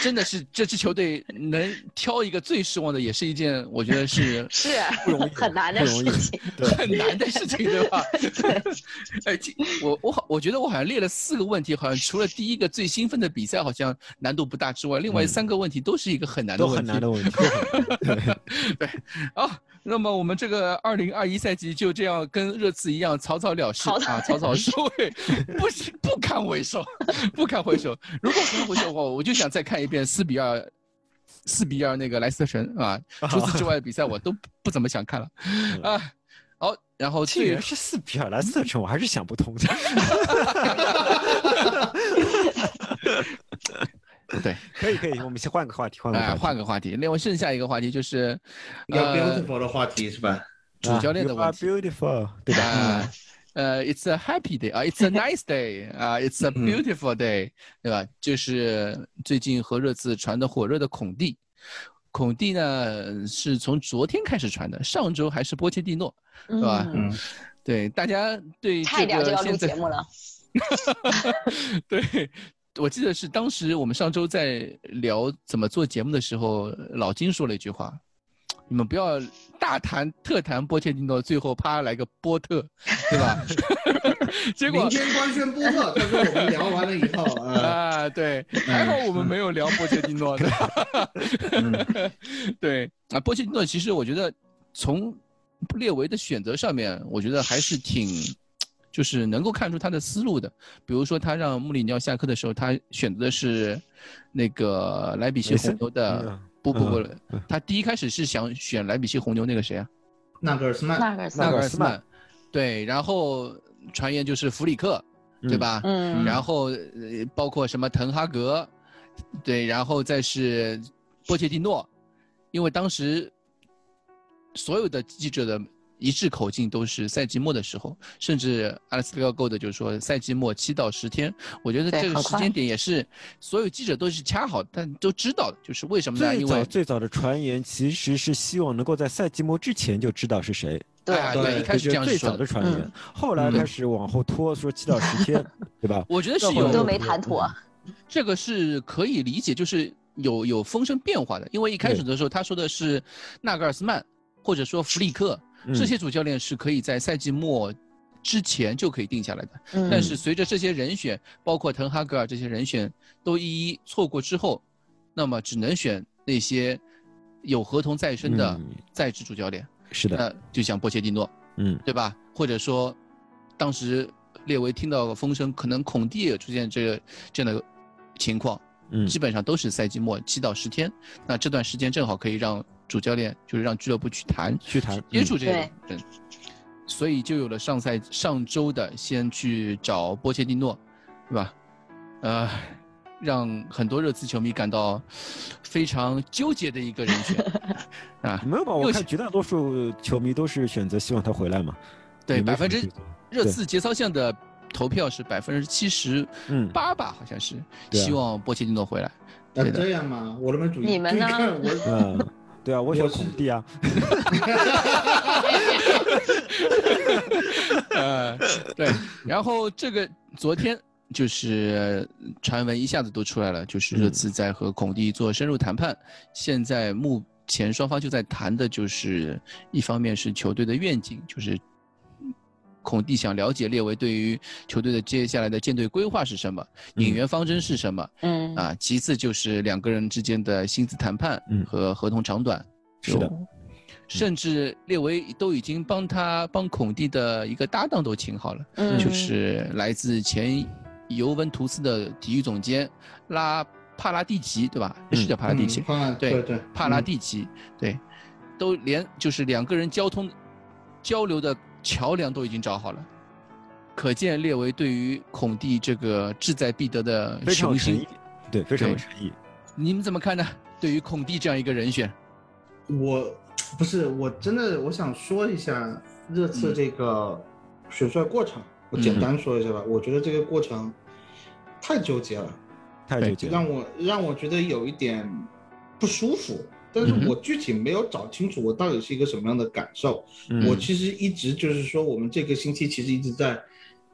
真的是这支球队能挑一个最失望的，也是一件我觉得是是啊不容易 很难的不容易事情。很难的事情，对吧？ 哎，这我我好，我觉得我好像列了四个问题，好像除了第一个最兴奋的比赛好像难度不大之外，另外嗯三个问题都是一个很难的都问题。很难 的问题。啊，那么我们这个二零二一赛季就这样跟热刺一样草草了事草草啊，草草收尾，不行不堪回首， 不堪回首。如果不堪回首的话，我就想再看一遍四比二，四比二那个莱斯特城 啊。除此之外的比赛我都不不怎么想看了嗯啊。好，然后竟最然是四比二莱斯特城，我还是想不通的。 对，可以可以，我们先换个话题，换啊个哎话题，换个话题，另外剩下一个话题就是，要呃， beautiful 的话题是吧？主教练的问题。 You are beautiful，对吧？啊，呃，It's a happy day 啊，It's a nice day 啊，It's a 嗯 beautiful day，对吧？就是最近和热刺传的火热的孔蒂，孔蒂呢是从昨天开始传的，上周还是波切蒂诺，嗯吧嗯，对大家对差这一点就个要录现在节目了。 对，我记得是当时我们上周在聊怎么做节目的时候，老金说了一句话，你们不要大谈特谈波切蒂诺，最后啪来个波特，对 吧？ 结果明天官宣播特，到时候我们聊完了以后，呃， 啊，对，还好我们没有聊波切蒂诺的。 嗯对啊，波切蒂诺其实我觉得从列维的选择上面，我觉得还是挺，就是能够看出他的思路的。比如说他让穆里尼奥下课的时候，他选择的是那个莱比锡梅森红牛的嗯。不不不嗯嗯，他第一开始是想选莱比锡红牛那个谁啊，纳格尔斯曼，纳格尔斯纳纳格格尔尔斯斯曼曼，对，然后传言就是弗里克，对嗯吧？嗯，然后呃，包括什么滕哈格，对，然后再是波切蒂诺，因为当时所有的记者的一致口径都是赛季末的时候，甚至阿斯克够的就是说赛季末七到十天，我觉得对这个很时快间点也是所有记者都是掐好，但都知道的，就是为什么呢？嗯最因早为最早的传言其实是希望能够在赛季末之前就知道是谁，对啊，对对，一开始这就是样最说早的，的传言嗯，后来开始往后拖，说七到十 天，对吧？我觉得是那会儿有都没谈妥，这个是可以理解，就是有有风声变化的，因为一开始的时候他说的是纳格尔斯曼或者说弗里克、嗯这些主教练是可以在赛季末之前就可以定下来的，嗯但是随着这些人选，包括滕哈格尔这些人选都一一错过之后，那么只能选那些有合同在身的呃嗯在职主教练，是那、的，就像波切蒂诺，嗯对吧？或者说，当时列维听到风声，可能孔蒂也出现这个这样的情况，嗯基本上都是赛季末七到十天。那这段时间正好可以让主教练，就是让俱乐部去谈、去谈嗯接触这些人，所以就有了上赛上周的先去找波切蒂诺，对吧？呃，让很多热刺球迷感到非常纠结的一个人选啊，没有吧？我又看绝大多数球迷都是选择希望他回来嘛。对，也没百什么分之追求热刺节操项的投票是百分之七十嗯八吧，好像是对啊希望波切蒂诺回来。啊对的这样吗？我都没注意。你们呢看我嗯，对啊，我选我是孔蒂啊，呃，对，然后这个昨天就是传闻一下子都出来了，就是嗯热刺在和孔蒂做深入谈判，现在目前双方就在谈的就是一方面是球队的愿景，就是。孔蒂想了解列维对于球队的接下来的建队规划是什么，引嗯援方针是什么，嗯 啊，其次就是两个人之间的薪资谈判嗯和合同长短，是的就，嗯甚至列维都已经帮他帮孔蒂的一个搭档都请好了，嗯就是来自前尤文图斯的体育总监拉帕拉蒂奇，对吧？嗯是叫帕拉蒂奇，嗯方案对对对，嗯帕拉蒂奇，对，都连就是两个人交通交流的桥梁都已经找好了。可见列维对于孔蒂这个志在必得的非常雄有诚心意，，对，非常有对诚意。你们怎么看呢？对于孔蒂这样一个人选，我不是，我真的我想说一下热嗯刺这个选帅过程，我简单说一下吧。我觉得这个过程太纠结了，太对纠结了，让我让我觉得有一点不舒服。但嗯是哼我具体没有找清楚我到底是一个什么样的感受。嗯我其实一直就是说，我们这个星期其实一直在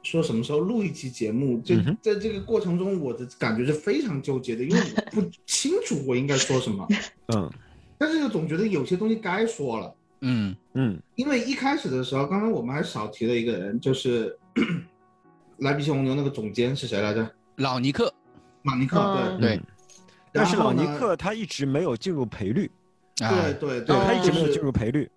说什么时候录一期节目。这嗯哼在这个过程中，我的感觉是非常纠结的，因为我不清楚我应该说 什么，嗯但是又总觉得有些东西该说了。嗯嗯因为一开始的时候，刚刚我们还少提了一个人，就是 莱比锡红牛那个总监是谁来着？，朗尼克，马尼克，嗯对对嗯但是然后朗尼呢克他一直没有进入赔率，啊，对对对他他一直没有进入赔率。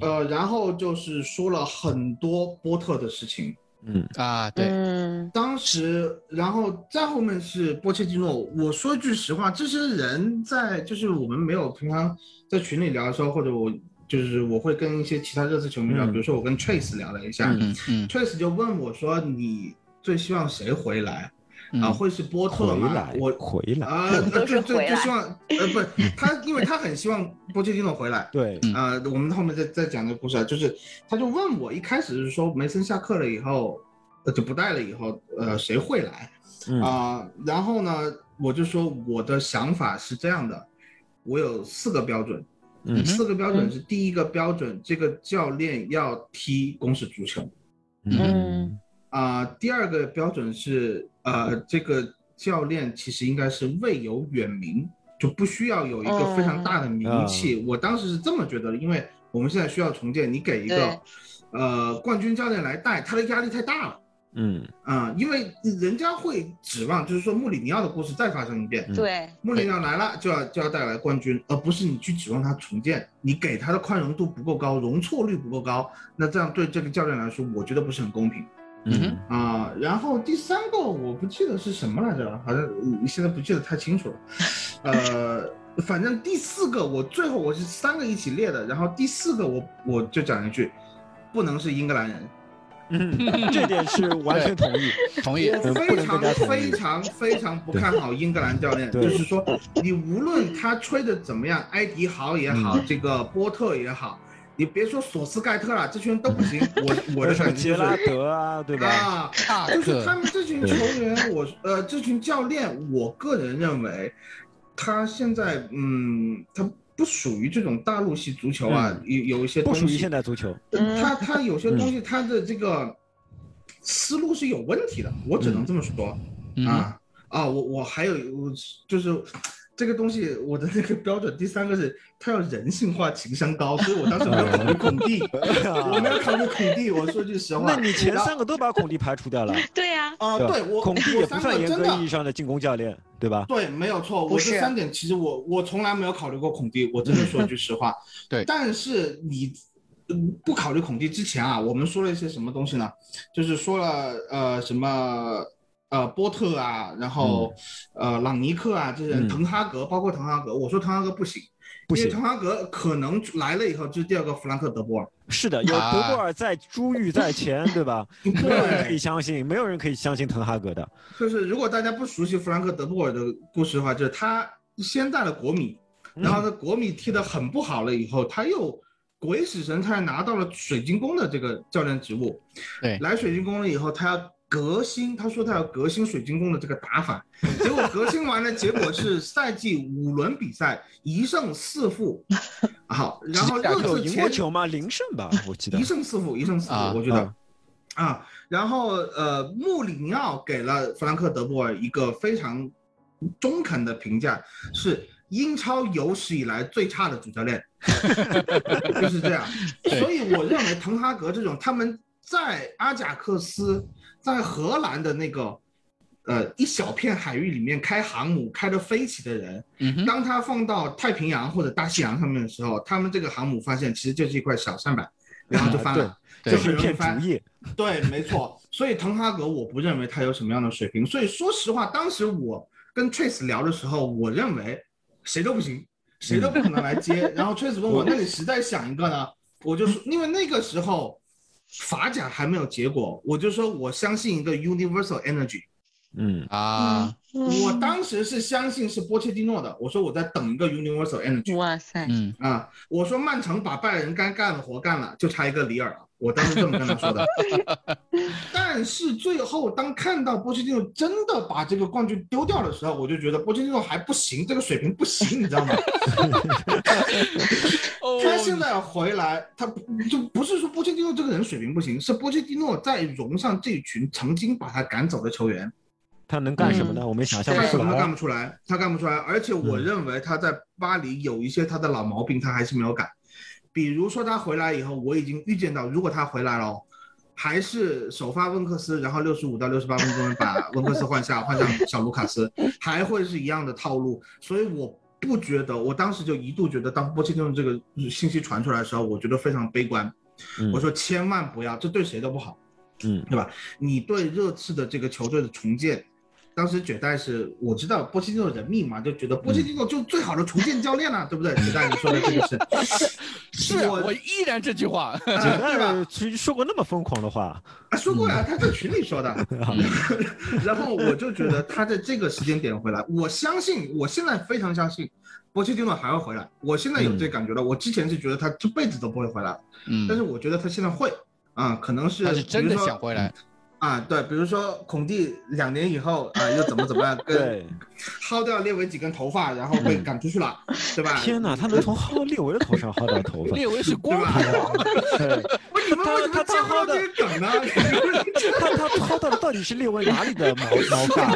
呃，然后就是说了很多波特的事情。嗯啊，对，嗯当时，然后再后面是波切蒂诺。我说句实话，这些人在就是我们没有平常在群里聊的时候，或者我就是我会跟一些其他热刺球迷聊，嗯比如说我跟 Trace 聊了一下、 嗯嗯 t r a c e 就问我说：“你最希望谁回来、嗯啊？会是波特回吗来？”我回来，啊，都是对对，回来就希望呃不，他因为他很希望波切蒂诺回来，对，嗯呃，我们后面再再讲这个故事啊，就是他就问我，一开始是说梅森下课了以后，呃，就不带了以后，呃，谁会来嗯啊、然后呢，我就说我的想法是这样的，我有四个标准，嗯四个标准嗯是第一个标准，这个教练要踢公式足球嗯啊、第二呃个标准是呃，这个教练其实应该是为有远名，就不需要有一个非常大的名气。我当时是这么觉得的，因为我们现在需要重建，你给一个对呃冠军教练来带，他的压力太大了。嗯啊、因为人家会指望，就是说穆里尼奥的故事再发生一遍，嗯对，穆里尼奥来了就要就要带来冠军，而不是你去指望他重建，你给他的宽容度不够高，容错率不够高，那这样对这个教练来说，我觉得不是很公平嗯哼嗯啊、然后第三个我不记得是什么来着了，好像嗯现在不记得太清楚了，呃，反正第四个我最后我是三个一起列的，然后第四个我我就讲一句，不能是英格兰人，嗯，这点是完全同意。同意。我嗯不非能更常加同非意常非常不看好英格兰教练，对就是说，你无论他吹的怎么样，埃迪豪也嗯好，这个波特也好，你别说索斯盖特了，这群人都不 行。我我的什么感觉呃杰就拉是德啊，对吧？啊，大就是他个，们这群球员，我呃这群教练，我个人认为，他现在嗯，他不属于这种大陆系足球啊，有有一些不东属于西呃现代足球。嗯他他有些东西他的这个思路是有问题的，我只能这么说、嗯，啊啊！我我还有我就是这个东西，我的那个标准第三个是他要人性化、情商高，所以我当时没有考虑孔蒂，我没有考虑孔蒂。我说句实 话，那你前三个都把孔蒂排除 掉了，对呀、啊，吧对我孔蒂我也不三算个严真格意义的。上的进攻教练，对吧？对，没有错。我不是这三点其实我我从来没有考虑过孔蒂，我真的说句实 话。对但是你嗯不考虑孔蒂之前啊，我们说了一些什么东西呢？就是说了呃什么呃波特啊，然后、呃朗尼克啊这些人，嗯滕哈格，包括滕哈格，我说滕哈格不行，不因为行滕，哈格可能来了以后就是第二个弗兰克 德波尔。是的，有啊德布尔在，朱玉在前，对吧？没有人可以 对，相信，没有人可以相信滕哈格的。就是如果大家不熟悉弗兰克德波尔的故事的话，就是他先带了国米，嗯然后呢，国米踢得很不好了以后，他又鬼使神差拿到了水晶宫的这个教练职务。对来水晶宫了以后，他要革新，他说他要革新水晶宫的这个 打法。结果革新完了，结果是赛季五轮比赛一胜 四负。好，然后他有热刺赢过前球吗？零胜吧，我记得一。胜四负，一胜四负，啊我觉得啊。啊，然后呃，穆里尼奥给了弗兰克·德波尔一个非常中肯的评价，是英超有史以来最差的主教练， 就是这样。对所以我认为滕哈格这种他们在阿贾克斯，在荷兰的那个呃一小片海域里面开航母开得飞起的人，嗯哼，当他放到太平洋或者大西洋上面的时候，他们这个航母发现其实就是一块小 舢板，然后就翻了。对这就是很一容易片翻主。意，对，没错。所以滕哈格，我不认为他有什么样的水平。所以说实话，当时我跟 Trace 聊的时候，我认为谁都不行，谁都不可能来接。 然后 Trace 问我，那你实在想一个呢？我就说，因为那个时候法甲还没有结果，我就说我相信一个 universal energy。嗯，啊，嗯我当时是相信是波切蒂诺的，我说我在等一个 universal energy。哇塞，嗯，啊，我说曼城把拜仁该干的活干了，就差一个里尔了。我当时这么跟他说的。但是最后，当看到波切蒂诺真的把这个冠军丢掉的时候，我就觉得波切蒂诺还不行，这个水平不行，你知道吗？他现在回来，他不就不是说波切蒂诺这个人水平不行，是波切蒂诺在容上这群曾经把他赶走的球员，他能干什么呢？嗯我们想象他不什出么来都干啊。不出来，他干不出来。而且我嗯认为他在巴黎有一些他的老毛病，他还是没有改。比如说他回来以后，我已经预见到，如果他回来了哦，还是首发温克斯，然后六十五到六十八分钟把温克斯换下，换上小卢卡斯，还会是一样的套路。所以我不觉得，我当时就一度觉得，当波切蒂诺这个信息传出来的时候，我觉得非常悲观。嗯我说千万不要，这对谁都不好。嗯对吧？你对热刺的这个球队的重建，当时绝代是我知道波切蒂诺人命嘛，就觉得波切蒂诺就是最好的重建教练啊了、对不对？绝代你说的这个是，是啊我我依然这句话，啊简 对吧单？其实说过那么疯狂的话，啊，说过呀、他在群里说的。 然后我就觉得他在这个时间点回来，我相信，我现在非常相信。波切蒂诺还会回来，我现在有这感觉了。我之前是觉得他这辈子都不会回来，嗯但，是我觉得他现在会，啊、可能是他是真比的如说想回来，啊，对，比如说孔蒂两年以后啊、又怎么怎么样，跟对，嗯薅掉列维几根头发，然后被赶出去了，对吧？天哪，他能从薅列维的头上薅到头发， 列维是光头，对你们为他什么他接不他到的这个梗呢？ 他他掏到的到底是列为哪里的毛毛发？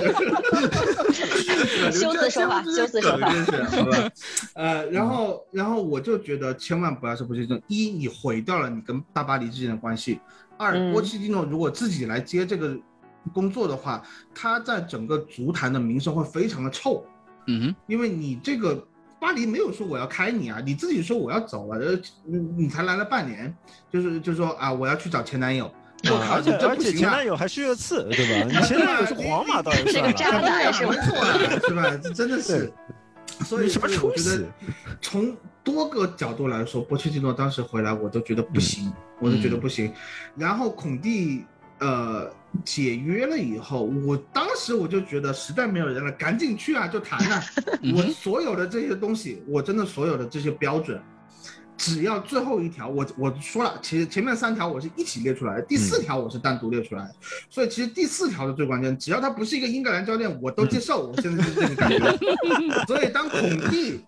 修辞手法修辞手法真是好 吧？呃，嗯然后然后我就觉得千万不要是波切蒂诺，一你毁掉了你跟大巴黎之间的关系，二嗯波切蒂诺如果自己来接这个工作的话，他在整个足坛的名声会非常的臭，嗯因为你这个。巴黎没有说我要开你啊，你自己说我要走了，呃，你你才来了半年，就是就说啊，我要去找前男友，我靠， 而你且这而不且行前啊！男友还是热 刺，对吧？你前男友是皇马，倒也是算个了。渣男是吧没错的，是吧？这真的是对，所以你什么所以我出觉息得从多个角度来说，波切蒂诺当时回来，我都觉得不行，嗯我都觉得不行。然后孔蒂呃解约了以后，我当时我就觉得实在没有人了，赶紧去啊，就谈 啊嗯。我哼所有的这些东西，我真的所有的这些标准。只要最后一条，我我说了，其实前面三条我是一起列出来的，第嗯四条我是单独列出来的，所以其实第四条是最关键，只要他不是一个英格兰教练，我都嗯接受。我现在就是这种 感觉。所以当孔蒂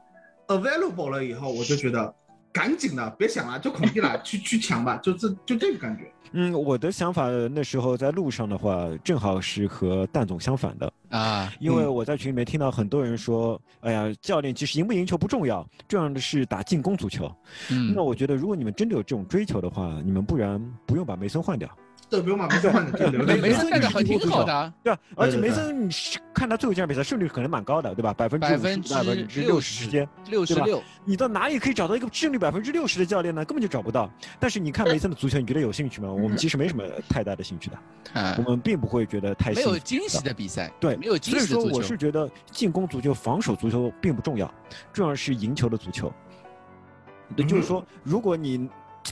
available 了以后，我就觉得赶紧的，别想了，就孔蒂了，去去抢吧，就这就这个感觉。嗯，我的想法那时候在路上的话，正好是和蛋总相反的，哼啊，因为嗯我在群里面听到很多人说，哎呀，教练其实赢不赢球不重要，重要的是打进攻足球。嗯那我觉得，如果你们真的有这种追求的话，你们不然不用把梅森换掉，对，不用马不用换的，就留那着。梅森那带的你很挺进攻多好少的啊，对吧？而且对梅对森，你是看他最后一场比赛胜率可能蛮高的，对吧？百分之百五十分五之到百分之六六十之十间，，六十对吧六，你到哪里可以找到一个胜率百分之六十的教练呢？根本就找不到。但是你看梅森的足球，你觉得有兴趣吗？我们其实没什么太大的兴趣的，啊我，们并不会觉得太没兴有奋惊喜的比赛，对没有所惊以喜的说，足球我是，觉得进攻足球、防守足球并不重要，重要的是赢球的足球。对，就是说，如果你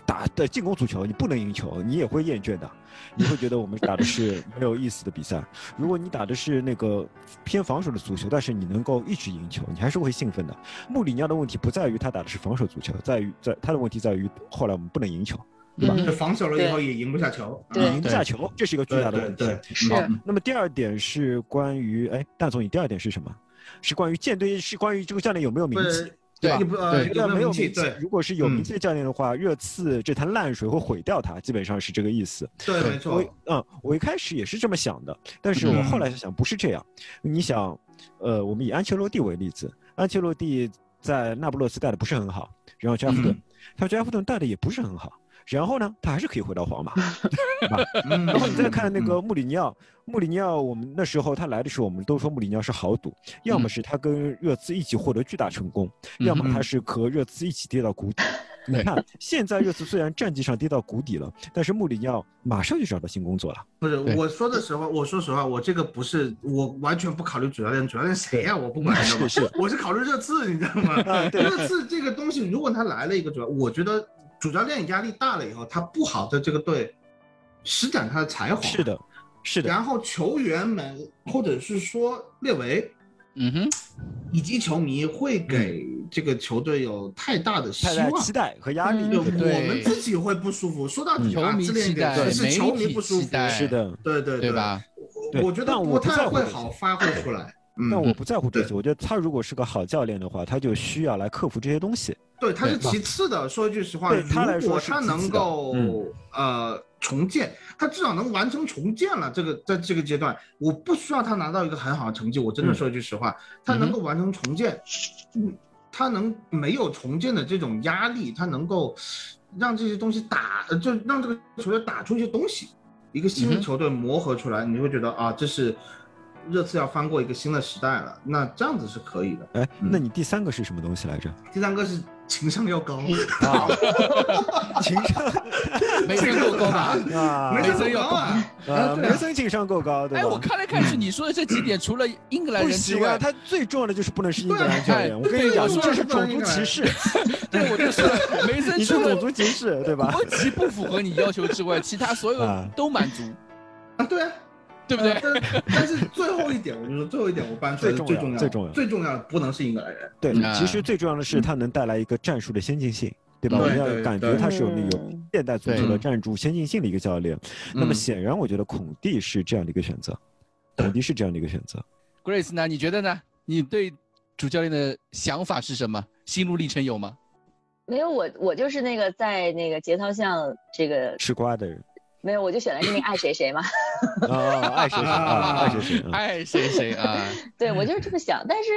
打的进攻足球，你不能赢球，你也会厌倦的，你会觉得我们打的是没有意思的比赛。如果你打的是那个偏防守的足球，但是你能够一直赢球，你还是会兴奋的。穆里尼奥的问题不在于他打的是防守足球，在于在他的问题在于后来我们不能赢球，对吧？嗯就防守了以后也赢不下球。对啊赢不下球，这是一个巨对大的对问题。对，是嗯那么第二点是关于，哎，大总，你第二点是什么？是关于舰队，是关于这个教练有没有名气？对也不呃对觉得有没没有有名气？名气对，如果是有名嗯气的教练的话，热刺这滩烂水会毁掉他，基本上是这个意思。对，嗯没我错一。嗯，我一开始也是这么想的，但是我后来想想不是这样。你想，呃，我们以安切洛蒂为例子，安切洛蒂在那不勒斯带的不是很好，然后去埃弗嗯顿，他去埃弗顿带的也不是很好，然后呢，他还是可以回到皇马。嗯然后你再看那个穆里尼奥，穆里尼奥，我们那时候他来的时候，我们都说穆里尼奥是豪赌，要么嗯是他跟热刺一起获得巨大成功，嗯要么他是和热刺一起跌到谷底。你对看，现在热刺虽然战绩上跌到谷底了，但是穆里尼奥马上就找到新工作了。不是对我说的时候，我说实话，我这个不是我完全不考虑主教练，主教练谁呀、我不 管，你知道吗？是我是考虑热刺，你知道吗？ 啊，对，热刺这个东西，如果他来了一个主要，我觉得主教练压力大了以后，他不好在这个队施展他的才华。是。的，是的，然后球员们，或者是说列维嗯哼，以及球迷，会给这个球队有太大的希太大望。期待和压力嗯。对，对我对嗯们自己会不舒服。说到底球啊，迷自恋一期点，待，对是媒球迷体不舒期服。待，是，的，对对对吧？？对我觉得但不我不太在乎会这些好发挥出来。但嗯，我不在乎这对些，我觉得他如果是个好教练的话，他就需要来克服这些东西。对，他是对其次的。说一句实话，对他来如说果是他其次能的够嗯呃重建，他至少能完成重建了。这个在这个阶段，我不需要他拿到一个很好的成绩。我真的嗯说一句实话，他能够完成重建，嗯，他能没有重建的这种压力，他能够让这些东西打，呃就让这个球队打出一些东西，一个新嗯的哼球队磨合出来，你会觉得啊，这是热刺要翻过一个新的时代了。那这样子是可以的。哎，嗯那你第三个是什么东西来着？第三个是情商 要高。啊，情商没人够高吧？啊，没事事，没事我高啊，呃，对啊梅森情商够高，对吧？哎，我看来看去，你说的这几点，除了英格兰不人之行啊，外，他最重要的就是不能是英格兰教对练。我跟你讲，对这是种族歧视，对我就说了梅森你是除了种族歧视，对吧？国籍不符合你要求之外，其他所有啊嗯都满足， 啊，对啊，对不呃对？但但是最后一点，我就说最后一点，我搬出来是最最重重要要、最重要最重要的不能是英格兰人。对嗯，其实最重要的是它能带来一个战术的先进性，对吧？对我们对要感觉对他是有那个嗯现代足球对的战术先进性的一个教练。那么嗯显然，我觉得孔蒂是这样的一个选择，孔蒂是这样的一个选择。 Grace 呢？你觉得呢？你对主教练的想法是什么？心路历程有吗？没有我，我就是那个在那个节操项这个吃瓜的人没有，我就选的是那个爱谁谁嘛。 啊，爱谁谁啊，爱谁谁啊，爱谁谁啊？对我就是这么想，但是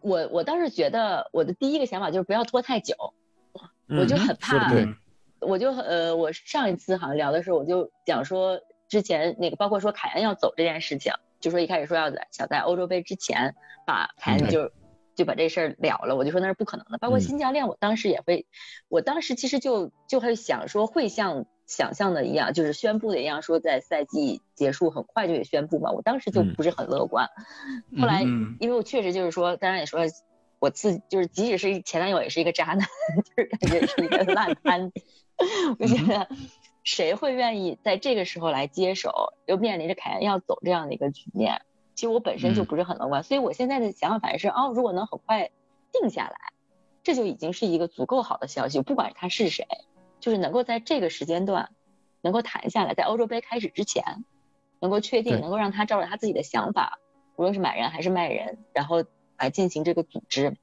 我我当时觉得我的第一个想法就是不要拖太久， 我就嗯说很得怕对，我就呃，我上一次好像聊的时候，我就讲说之前那个，包括说凯恩要走这件事情，就说一开始说要在想在欧洲杯之前把凯恩嗯就、就把这事儿了了，我就说那是不可能的。包括嗯新教练，我当时也会，我当时其实就就会想说会像想象的一样，就是宣布的一样，说在赛季结束很快就得宣布嘛。我当时就嗯不是很乐观， 后来嗯，因为我确实就是说，当然也说，我自己就是即使是前男友也是一个渣男，就是感觉是一个烂摊子。我觉得谁会愿意在这个时候来接手，又面临着凯恩要走这样的一个局面？其实我本身嗯就不是很乐观，所以我现在的想法反而是，哦，如果能很快定下来，这就已经是一个足够好的消息，不管他是谁，就是能够在这个时间段能够谈下来，在欧洲杯开始之前，能够确定，对能够让他照着他自己的想法，无论是买人还是卖人，然后来进行这个组织，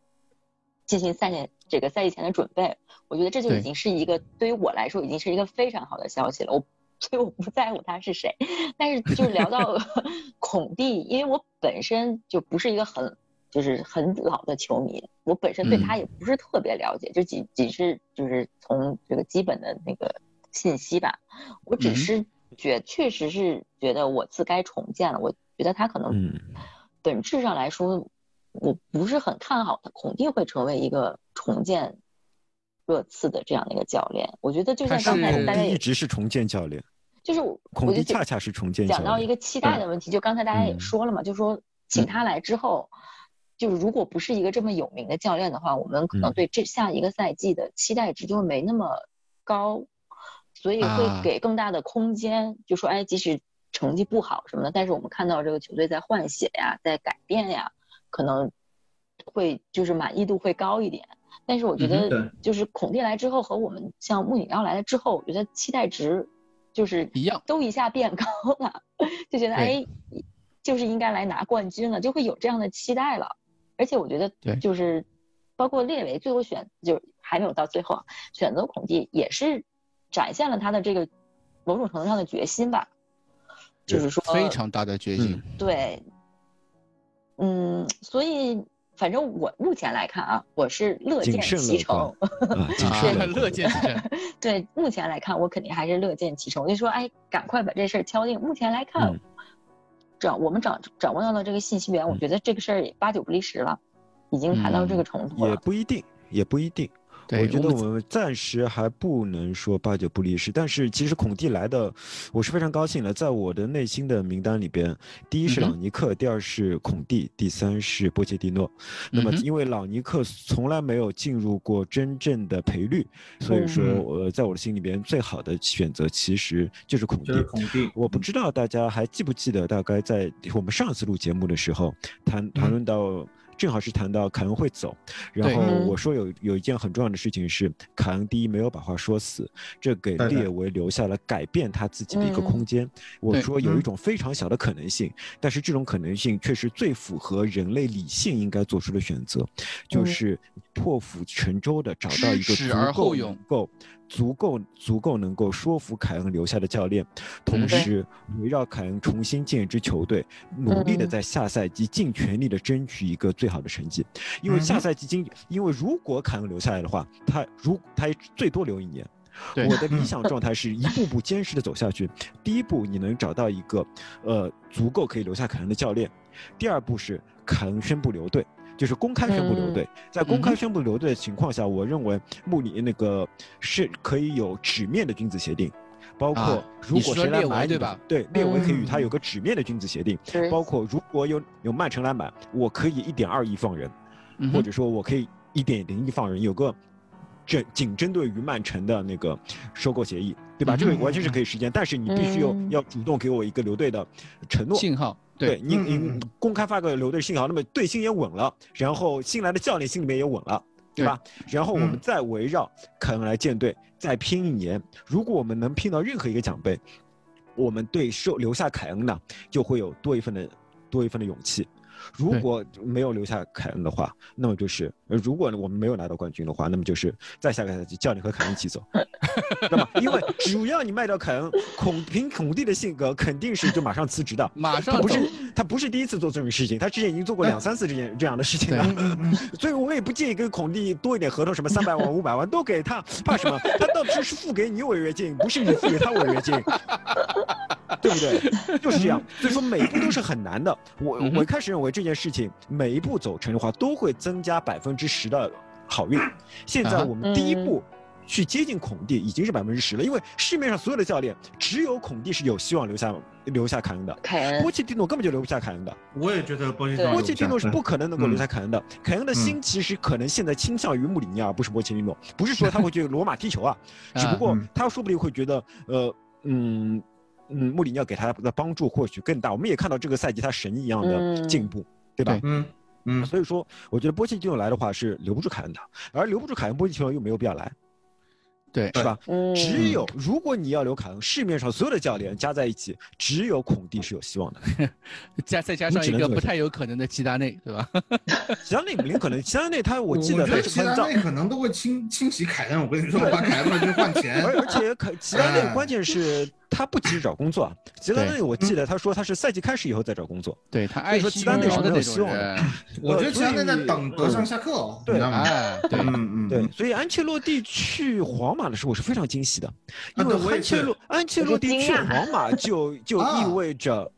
进行赛前这个赛季前的准备。我觉得这就对已经是一个对于我来说已经是一个非常好的消息了。我所以我不在乎他是谁，但是就是聊到 孔蒂，因为我本身就不是一个很就是很老的球迷，我本身对他嗯也不是特别了解，就几几是就是从这个基本的那个信息吧，我只嗯是觉、确实是觉得我自该重建了，我觉得他可能嗯本质上来说，我不是很看好他孔蒂会成为一个重建热刺的这样的一个教练。我觉得就像他刚才是大孔家蒂一也直是重建教练，就是我孔我就蒂觉恰恰是重建教讲到一练。个期待的问题，就刚才大家也嗯说了嘛，就说请他来之后，就是如果不是一个这么有名的教练的话，我们可能嗯对这下一个赛季的期待值就没那么高，所以啊会给更大的空间，就说哎，即使成绩不好什么的，但是我们看到这个球队在换血呀，在改变呀，可能会就是满意度会高一点。但是我觉嗯对得，就是孔蒂来之后和我们像穆里尼奥来了之后，我觉得期待值就是一样都一下变高了， 就觉对得哎，就是应该来拿冠军了，就会有这样的期待了。而且我觉对得，就是包括列维最后选，就是还没有到最后啊，选择孔蒂也是展现了他的这个某种程度上的决心吧，就是说非常大的决心。嗯对，嗯，所以反正我目前来看啊，我是乐谨见慎其乐成观。啊，谨啊慎乐，乐见其成。对，目前来看，我肯定还是乐见其成。我就说，哎，赶快把这事儿敲定。目前来看，嗯掌我们掌掌握到的这个信息源，我嗯觉得这个事儿也八九不离十了，已经谈到嗯这个程度也了。不一定，也不一定。对，我觉得们我们暂时还不能说八九不离十，但是其实孔蒂来的，我是非常高兴的。在我的内心的名单里边，第一是嗯朗尼克，第二是孔蒂，第三是波切蒂诺。那么嗯哼因为朗尼克从来没有进入过真正的赔率，所哦以说嗯我在我的心里边最好的选择其实就是孔蒂就是。孔蒂，我嗯不知道大家还记不记得，大概在我们上次录节目的时候，谈谈论到。正好是谈到凯恩会走，然嗯对后嗯我说有有一件很重要的事情是，凯恩第一没有把话说死，这给对的列维留下了改变他自己的一个嗯空间。我对说有一嗯种非常小的可能性，但是这种可能性却是最符合人类理性应该做出的选择，就嗯是破釜沉舟的找到一个知耻足而后够勇能够足够足够能够说服凯恩留下的教练，嗯同对时围绕凯恩重新建一支球队，努力的嗯在下赛季尽全力的争取一个最好的成绩。因为嗯下哼赛季今，因为如果凯恩留下来的话，他如他最多留一年。对嗯我的理想状态是一步步坚实的走下去。第一步，你能找到一个，呃，足够可以留下凯恩的教练；第二步是凯恩宣布留队，就是公开宣布留队。在公嗯开哼宣布留队的情况下，我认为穆里那个是可以有纸面的君子协定，包括啊如你果说谁来列维买你对的吧？对，列维可以与他嗯有个纸面的君子协定。就是包括如果有有曼城来买，我可以一点二亿放人，嗯哼或者说我可以一点零亿放人，有个针仅针对于曼城的那个收购协议，对吧？嗯这个完全是可以实现，但是你必须要嗯要主动给我一个留队的承诺。信号，对对，你，嗯嗯你嗯公开发个留队信号，那么队心也稳了，然后新来的教练心里面也稳了，对对吧？然后我们嗯再围绕凯恩来建队，再拼一年。如果我们能拼到任何一个奖杯，我们对收留下凯恩呢，就会有多一份的多一份的勇气。如对果没有留下凯恩的话，那么就是呃如果我们没有拿到冠军的话，那么就是再下个赛季叫你和凯恩一起走。 那么，因为只要你卖掉凯恩，孔凭孔蒂的性格肯定是就马上辞职的。马上他不走嗯是他不是第一次做这种事情，他之前已经做过两三次这件这样的事情了， 所以我也不介意跟孔蒂多一点合同，什么三百万、五百万都给他，怕什么？他到时是付给你违约金，不是你付给他违约金， 对不对？就是这样，所以说每一步都是很难的。我嗯嗯哼我一开始认为这件事情每一步走成的话，都会增加百分之十的好运。现在啊我们第一嗯步。去接近孔蒂已经是百分之十了，因为市面上所有的教练，只有孔蒂是有希望留下留下凯恩的。凯恩波切蒂诺根本就留不下凯恩的，我也觉得波切蒂对诺波切蒂诺是不可能能够嗯留下凯恩的。凯恩的心其实可能现在倾向于穆里尼奥，而不是波切蒂诺。不是说他会去罗马踢球啊，只不过嗯他说不定会觉得，呃，嗯嗯，穆里尼奥给他的帮助或许更大。我们也看到这个赛季他神一样的嗯进步，对吧？对嗯嗯所以说，我觉得波切蒂诺来的话是留不住凯恩的，而留不住凯恩，波切蒂诺又没有必要来，对是吧？嗯，只有如果你要留凯恩，市面上所有的教练加在一起，只有孔蒂是有希望的。加再加你上只一能个这么不想太有可能的齐达内，对吧？齐达内林可能，齐达内他我记得觉他得是齐很达早内，可能都会清清洗凯恩。我跟你说，我把凯恩卖去换钱。 而而且可齐达内哎关键是他不急着找工作啊。齐达内我记嗯得他说他是赛季开始以后再找工作，对他以爱说惜齐羽达内毛是的没有那希种望的人，我觉得齐达内在等德德尚下课，嗯哦对啊你知道吗？哎，对，嗯嗯，对，，所以安切洛蒂去皇马的时候，我是非常惊喜的，因啊对我为也安切洛安切洛蒂去皇马就就意味着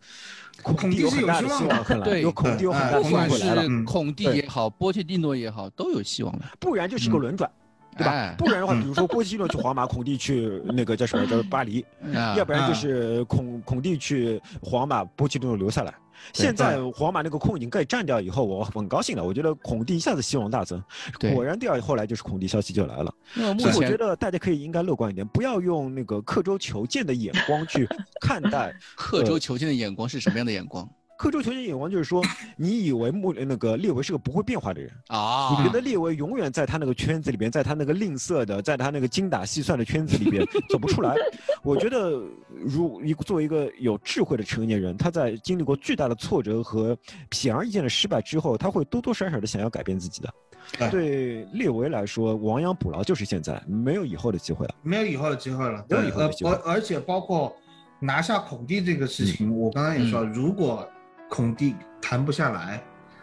孔孔蒂蒂有啊是很大的希有希望望的会来，对有孔蒂有很哎大的不希望管会来了，是嗯孔蒂对也好，波切蒂诺也好，都有希望的，不然就是一个轮转。对吧哎？不然的话，嗯比如说波切蒂诺去皇马，孔蒂去那个叫什么叫巴黎，啊要不然就啊是孔孔蒂去皇马，波切蒂诺留下来。对现在皇马那个空已经给占掉以后，我很高兴了。我觉得孔蒂一下子希望大增，对果然第二后来就是孔蒂消息就来了。因为目所以我觉前得大家可以应该乐观一点，不要用那个刻舟求剑的眼光去看 待。刻舟求剑的眼光是什么样的眼 光刻舟求剑眼光就是说，你以为穆那个列维是个不会变化的人，啊？你觉得列维永远在他那个圈子里边，在他那个吝啬的，在他那个精打细算的圈子里边走不出来。我觉得，如一个作为一个有智慧的成年人，他在经历过巨大的挫折和显而易见的失败之后，他会多多少少的想要改变自己的。对对列维来说，亡羊补牢就是现在，没有以后的机会了。没有以后的机会了。没对，有以后的而机会而而且包括拿下孔蒂这个事嗯情，我刚刚也说，如果孔蒂谈不下来，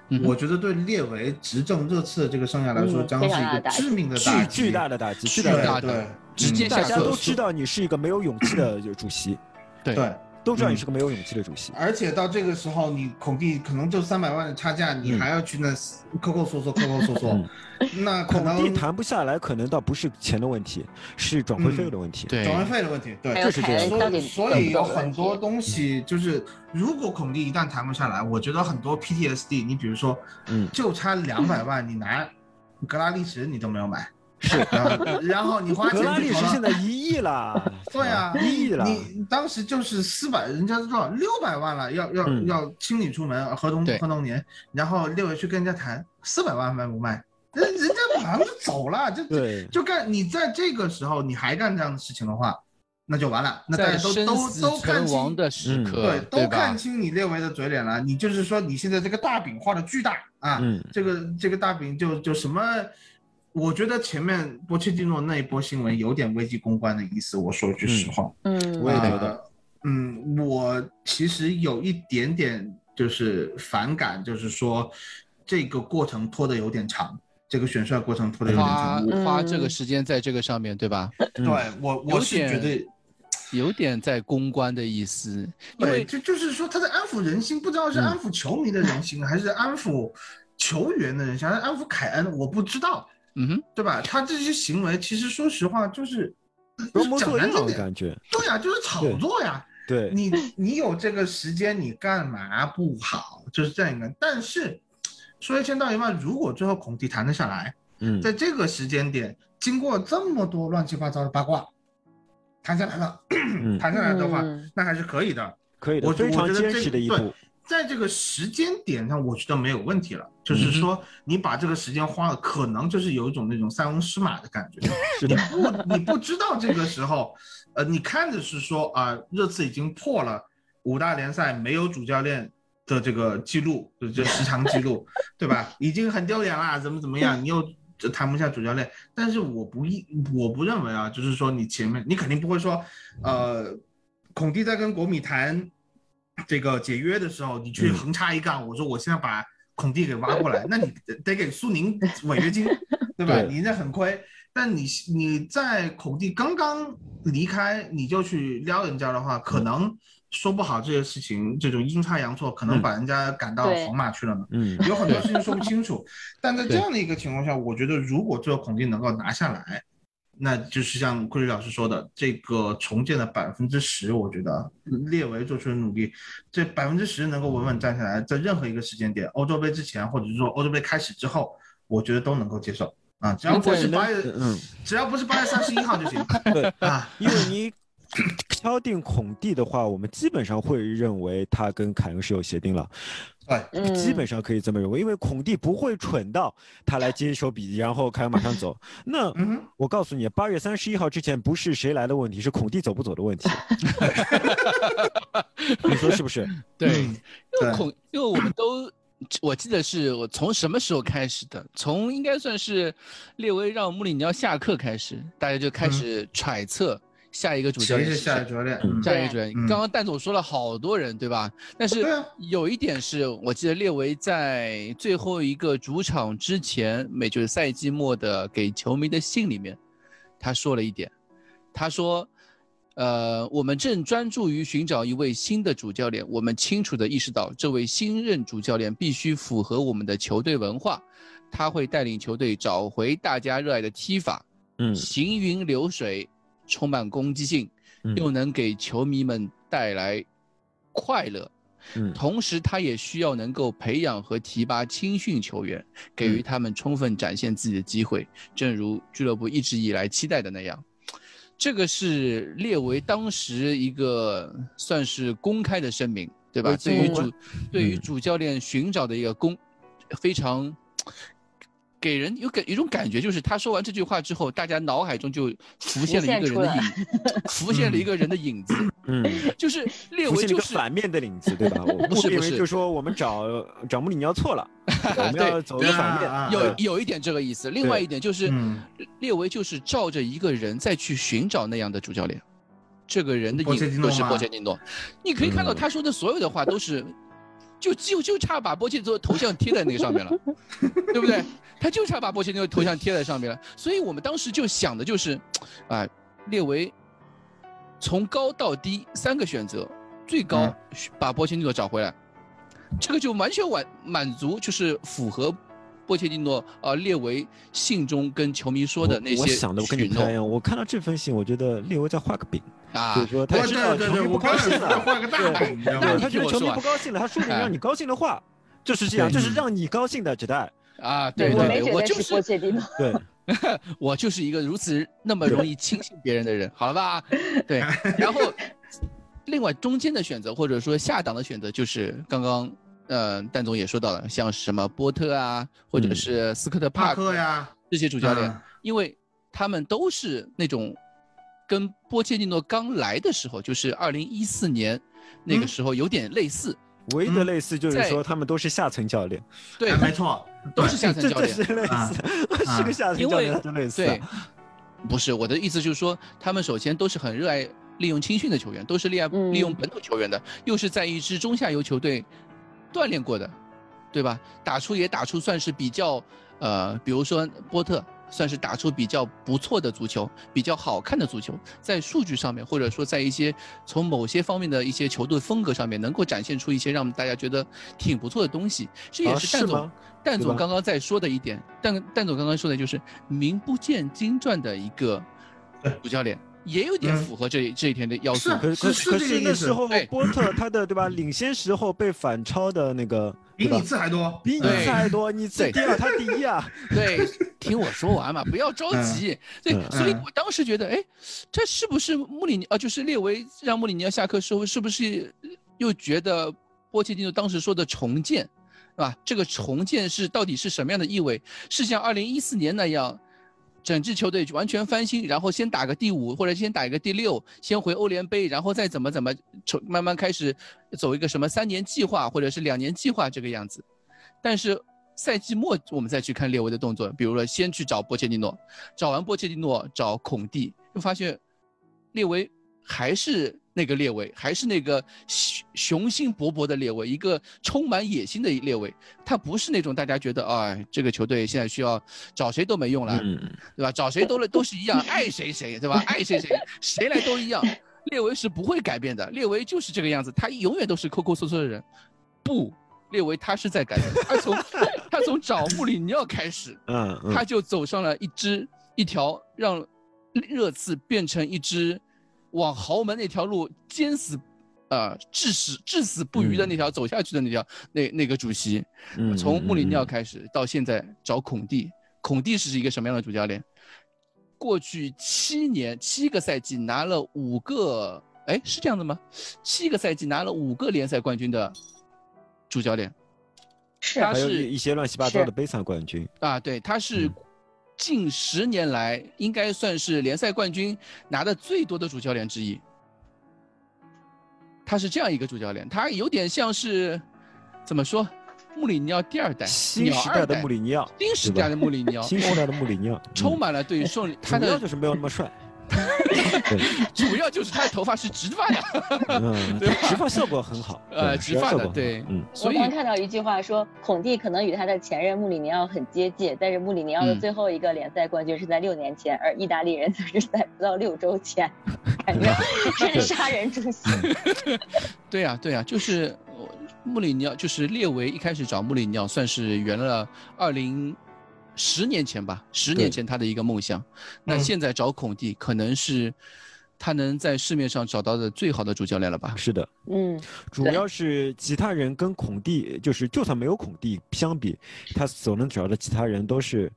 嗯我觉得对列维执政热刺的这个生涯来说，嗯将是非常大一个的打击致命的巨打巨击，大的打击，巨巨大的打大击。嗯的对，直接大下家课都知道你是一个没有勇气的主席，对对。都知道你是个没有勇气的主席。而且到这个时候，你孔蒂可能就三百万的差价，你嗯还要去那抠抠搜搜、抠抠搜搜嗯，那可孔蒂能谈不下来，可能倒不是钱的问题，是转嗯会费用的问题。，对，转会费的问题，对，还就有是凯这恩到所底以所懂以不有懂问很题多东西就是，如果孔蒂一旦谈不下来，我觉得很多 PTSD，你比如说，嗯就差两百万，你拿格拉利什你都没有买，是，然后然后你花钱格拉利去什投现了。，在一亿了 对啊，一亿了。你当时就是四百，人家多少六百万了，要要、嗯要清理出门，合同对合同年，然后列维去跟人家谈四百万卖不卖，人人家马上就走了，就对，就干你在这个时候你还干这样的事情的话，那就完了，那大在家都生都死都看存亡清，的时嗯刻对，，吧都看？清你列维的嘴脸了。你就是说你现在这个大饼画的巨大啊，嗯这个这个大饼就就什么？我觉得前面波切蒂诺那一波新闻有点危机公关的意思，我说一句实话，嗯，我也觉得呃嗯，我其实有一点点就是反感，就是说这个过程拖得有点长，这个选帅过程拖得有点花长。花这个嗯时间在这个上面，对吧？嗯啊对我，有我是觉点得，有点在公关的意思，因对，为就就是说他在安抚人心，不知道是嗯安抚球迷的人心，还是安抚球员的人心，还是安抚凯恩，我不知道，嗯哼，对吧？他这些行为其实说实话就是装模作讲难样听的点，感觉。对呀、就是炒对作呀。对， 你你有这个时间，你干嘛不好？就是这样一个。但是说一千道一万，如果最后孔蒂谈得下来，嗯，在这个时间点，经过这么多乱七八糟的八卦，谈下来了，嗯谈下来的话，嗯那还是可以的。可以的，我非常我觉得坚这持的一对步。在这个时间点上，我觉得没有问题了。嗯就是说，你把这个时间花了，可能就是有一种那种塞翁失马的感觉。是的，不，你不知道这个时候，呃，你看着是说啊、热刺已经破了五大联赛没有主教练的这个记录，就这时长记录，对吧？已经很丢脸啦，怎么怎么样？你又这谈不下主教练，但是我不一我不认为啊，就是说你前面你肯定不会说，呃，孔蒂在跟国米谈这个解约的时候，你嗯去横插一杠，我说我现在把孔蒂给挖过来，那你得得给苏 宁违约金，对吧？对你那很亏。但你你在孔蒂刚刚离开，你就去撩人家的话，嗯可能说不好这些事情，这种阴差阳错，可能嗯把人家赶到对皇马去了呢。 嗯，有很多事情说不清楚。但在这对样的一个情况下，我觉得如果最后孔蒂能够拿下来，那就是像库里老师说的，这个重建的百分之十，我觉得列维做出的努力，这百分之十能够稳稳站下来，在任何一个时间点，欧洲杯之前，或者是说欧洲杯开始之后，我觉得都能够接受。啊，只要不是八月，嗯，只要不是八月三十一号就行。对啊，因为你敲定孔蒂的话，我们基本上会认为他跟凯恩是有协定了，对，嗯，基本上可以这么认为，因为孔蒂不会蠢到他来接手笔，然后凯恩马上走。那嗯哼，我告诉你，八月三十一号之前不是谁来的问题，是孔蒂走不走的 问题。你说是不是？对，嗯因为对孔，因为我们都，我记得是我从什么时候开始的？从应该算是列维让穆里尼奥下课开始，大家就开始揣测下一个主教谁练是是下谁一。主教练？嗯下一个对主教练，嗯刚刚蛋总说了好多人，对吧？但是对啊有一点是我记得列维在最后一个主场之前，每就是赛季末的给球迷的信里面，他说了一点，他说：“呃，我们正专注于寻找一位新的主教练，我们清楚地意识到，这位新任主教练必须符合我们的球队文化，他会带领球队找回大家热爱的踢法，嗯行云流水，充满攻击性，嗯又能给球迷们带来快乐。嗯同时，他也需要能够培养和提拔青训球员，给嗯予他们充分展现自己的机会，正如俱乐部一直以来期待的那样。这个是列维当时一个算是公开的声明，对吧？危机对于公关主对于嗯主教练寻找的一个公，非常给人有感有一种感觉，就是他说完这句话之后，大家脑海中就浮现了一个人的影， 浮现了一个人的影子，嗯，就是列浮维现了一就个是反面的领子，对吧？我不是列不维是就说我们找找穆里尼奥 错了，我们要走对反面。啊，有啊有一点这个意思，另外一点就是嗯列维就是照着一个人再去寻找那样的主教练，这个人的波切蒂影诺子是吗波切蒂诺，你可以看到嗯他说的所有的话都是，就就就差把波切蒂诺头像贴在那个上面 了，对不对？他就差把波切蒂诺头像贴在上面了，所以我们当时就想的就是，啊、列维从高到低三个选择，最高嗯把波切蒂诺找回来，这个就完全满满足，就是符合波切蒂诺呃列维信中跟球迷说的那我些我想的我跟你许不太一诺样，我看到这封信，我觉得列维在画个饼，就啊是，说他对知道对对球对，迷我不高刚才兴说了，画个大饼，你知道对，吗？他觉得球迷听我说不高兴了，他说你哎让你高兴的话，就是这样，对嗯这是让你高兴的，只代啊，对对我对没对，觉我得就是波是 切蒂诺，对，我就是一个如此那么容易轻信别人的人，好了吧？对，然后另外中间的选择或者说下档的选择就是刚刚。呃，蛋总也说到了，像什么波特啊，或者嗯是斯科特帕帕克呀，这些主教练，嗯因为他们都是那种跟波切蒂诺刚来的时候，就是二零一四年那个嗯时候有点类似，唯一的类似就嗯是在说他们都是下层教练，对哎，没错，都是下层这教这练是，类啊似，啊是个下层因教为练，他就类似啊，对，不是我的意思就是说，他们首先都是很热爱利用青训的球员，都是利爱嗯利用本土球员的，又是在一支中下游球队锻炼过的，对吧？打出也打出算是比较呃，比如说波特。算是打出比较不错的足球，比较好看的足球，在数据上面，或者说在一些从某些方面的一些球队风格上面，能够展现出一些让大家觉得挺不错的东西。这也啊是蛋是总、吗蛋对总吧刚刚在说的一点，蛋蛋总刚刚说的就是名不见经传的一个对主教练，也有点嗯符合这一、这一天的要素 是。可可是是可这个是意那思时候对波特他的对吧，领先时候被反超的那个，比对吧你？字还多，比你对次还多，你次对第二，他第一 啊！对，听我说完嘛，不要着急。对，嗯所以嗯我当时觉得，哎，这是不是穆里尼啊？就是列维让穆里尼奥下课时候，是不是又觉得波切蒂诺当时说的重建，是吧？这个重建是到底是什么样的意味？是像二零一四年那样，整支球队完全翻新，然后先打个第五或者先打一个第六，先回欧联杯，然后再怎么怎么，从慢慢开始走一个什么三年计划或者是两年计划这个样子。但是赛季末我们再去看列维的动作，比如说先去找波切蒂诺，找完波切蒂诺找孔蒂，就发现列维还是那个列维，还是那个雄雄心勃勃的列维，一个充满野心的列维。他不是那种大家觉得啊、哎，这个球队现在需要找谁都没用了，嗯，对吧？找谁都都是一样，爱谁谁，对吧？爱谁谁，谁来都一样。列维是不会改变的，列维就是这个样子，他永远都是抠抠搜搜的人。不，列维他是在改变，他从他从找穆里尼奥开始，嗯嗯他就走上了一支一条让热刺变成一支往豪门那条路坚死，呃，至死至死不渝的那条走下去的那条、那那个主席，嗯，从穆里尼奥嗯，开始到现在找孔蒂，孔蒂是一个什么样的主教练？过去七年七个赛季拿了五个，哎，是这样的吗？七个赛季拿了五个联赛冠军的主教练，是啊他还有是一些乱七八糟的悲惨冠军，啊，对，他是嗯近十年来应该算是联赛冠军拿的最多的主教练之一。他是这样一个主教练，他有点像是怎么说？穆里尼奥第二代，新鸟时二代的穆里尼奥，新时代的穆里尼奥，新时代的穆里尼奥，嗯哎充满了对胜利，他主要的就是没有那么 帅，主要就是他的头发是直发 呀，嗯，对吧植发效果很好，呃，对直发效的果，很对好，嗯，我所以刚看到一句话说，孔蒂可能与他的前任穆里尼奥很接近，但是穆里尼奥的嗯最后一个联赛冠军是在六年前，而意大利人则是在不到六周 前，感觉是杀人诛心。对呀、对呀、就是呃穆里尼奥，就是列维一开始找穆里尼奥，算是圆了二零十年前吧，十年对前他的一个梦想。那嗯现在找孔蒂，可能是他能在市面上找到的最好的主教练了吧？是的，嗯，主对要是其他人跟孔蒂，就是就算没有孔蒂相比，他所能找到的其他人都是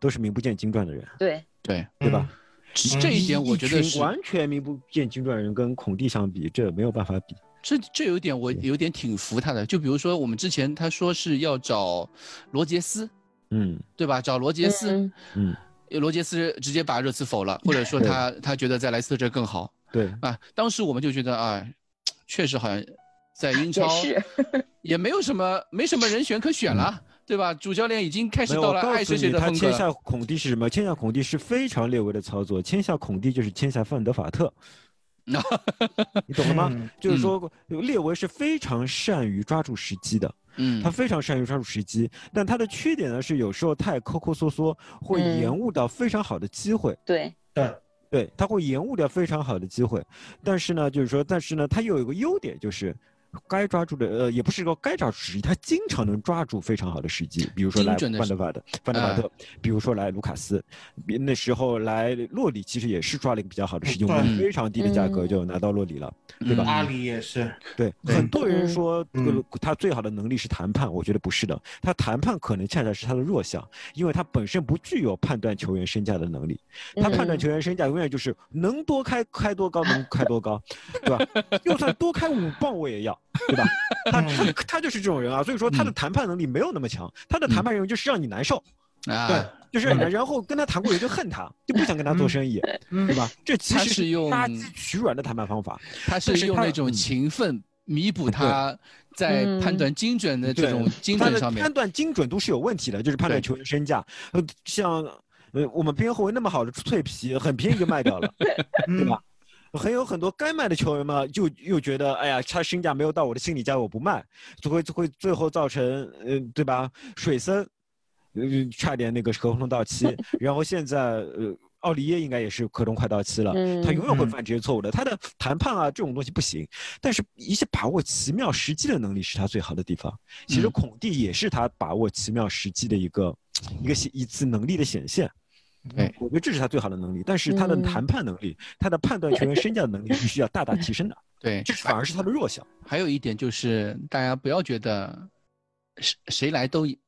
都是名不见经传的人，对，对，对吧？这嗯这一点我觉得群是，完全名不见经传的人跟孔蒂相比，这没有办法比。这这有一点我有点挺服他的。就比如说我们之前他说是要找罗杰斯，嗯对吧？找罗杰斯，嗯嗯，罗杰斯直接把热刺否了，或者说他他觉得在莱斯特这更好。对，啊，当时我们就觉得啊，确实好像在英超也是， 也没有什么没什么人选可选了，对吧？主教练已经开始嗯没有，到我了告爱诉谁谁你，的他风格签了。下孔蒂是什么？签下孔蒂是非常略微的操作，签下孔蒂就是签下范德 法特，你懂了吗？嗯就是说，列维是非常善于抓住时机的，嗯他，非常善于抓住时机，但他的缺点呢是有时候太抠抠缩缩，会嗯延误到非常好的机会。对，对，嗯对，他会延误掉非常好的机会。但是呢，就是说，但是呢，他又有一个优点，就是该抓住的，呃，也不是说该抓住时机，他经常能抓住非常好的时机。比如说精来准的范时嗯德法特，范德法特，比如说来卢卡斯，比那时候来洛里其实也是抓了一个比较好的时机，我们嗯以非常低的价格嗯就拿到洛里了。对吧阿里也是，对，对很多人说这个嗯他最好的能力是谈判，我觉得不是的，他谈判可能恰恰是他的弱项，因为他本身不具有判断球员身价的能力。他判断嗯球员身价永远就是能多开开多高，能开多高，对吧？就算多开五磅我也要，对吧？他他他就是这种人啊，所以说他的嗯谈判能力没有那么强，他的谈判人就是让你难受，啊对，就是让你难然后跟他谈过人就恨他，就不想跟他做生意，嗯对吧？这其他实是用杀鸡取卵的谈判方法。他但是是用他那种嗯勤奋弥补他在判嗯断精准的这对种精他神的上面判。断精准度是有问题的，就是判断对球员身价，呃，像呃我们边后卫那么好的脆皮，很便宜就卖掉了，嗯对吧？很有很多该卖的球员嘛，就又觉得，哎呀，他身价没有到我的心理价，我不卖，就会就会最后造成，呃，对吧？水森，呃，差点那个合同到期，然后现在，呃，奥利耶应该也是合同快到期了，嗯他永远会嗯犯这些错误的，他的谈判啊这种东西不行，但是一些把握奇妙时机的能力是他最好的地方。其实嗯孔蒂也是他把握奇妙时机的一个、一个显一次能力的显现。对，我觉得这是他最好的能力，但是他的嗯谈判能力、他的判断球员身价的能力是需要大大提升的，对，这反而是他的弱项。还有一点就是大家不要觉得谁谁来都一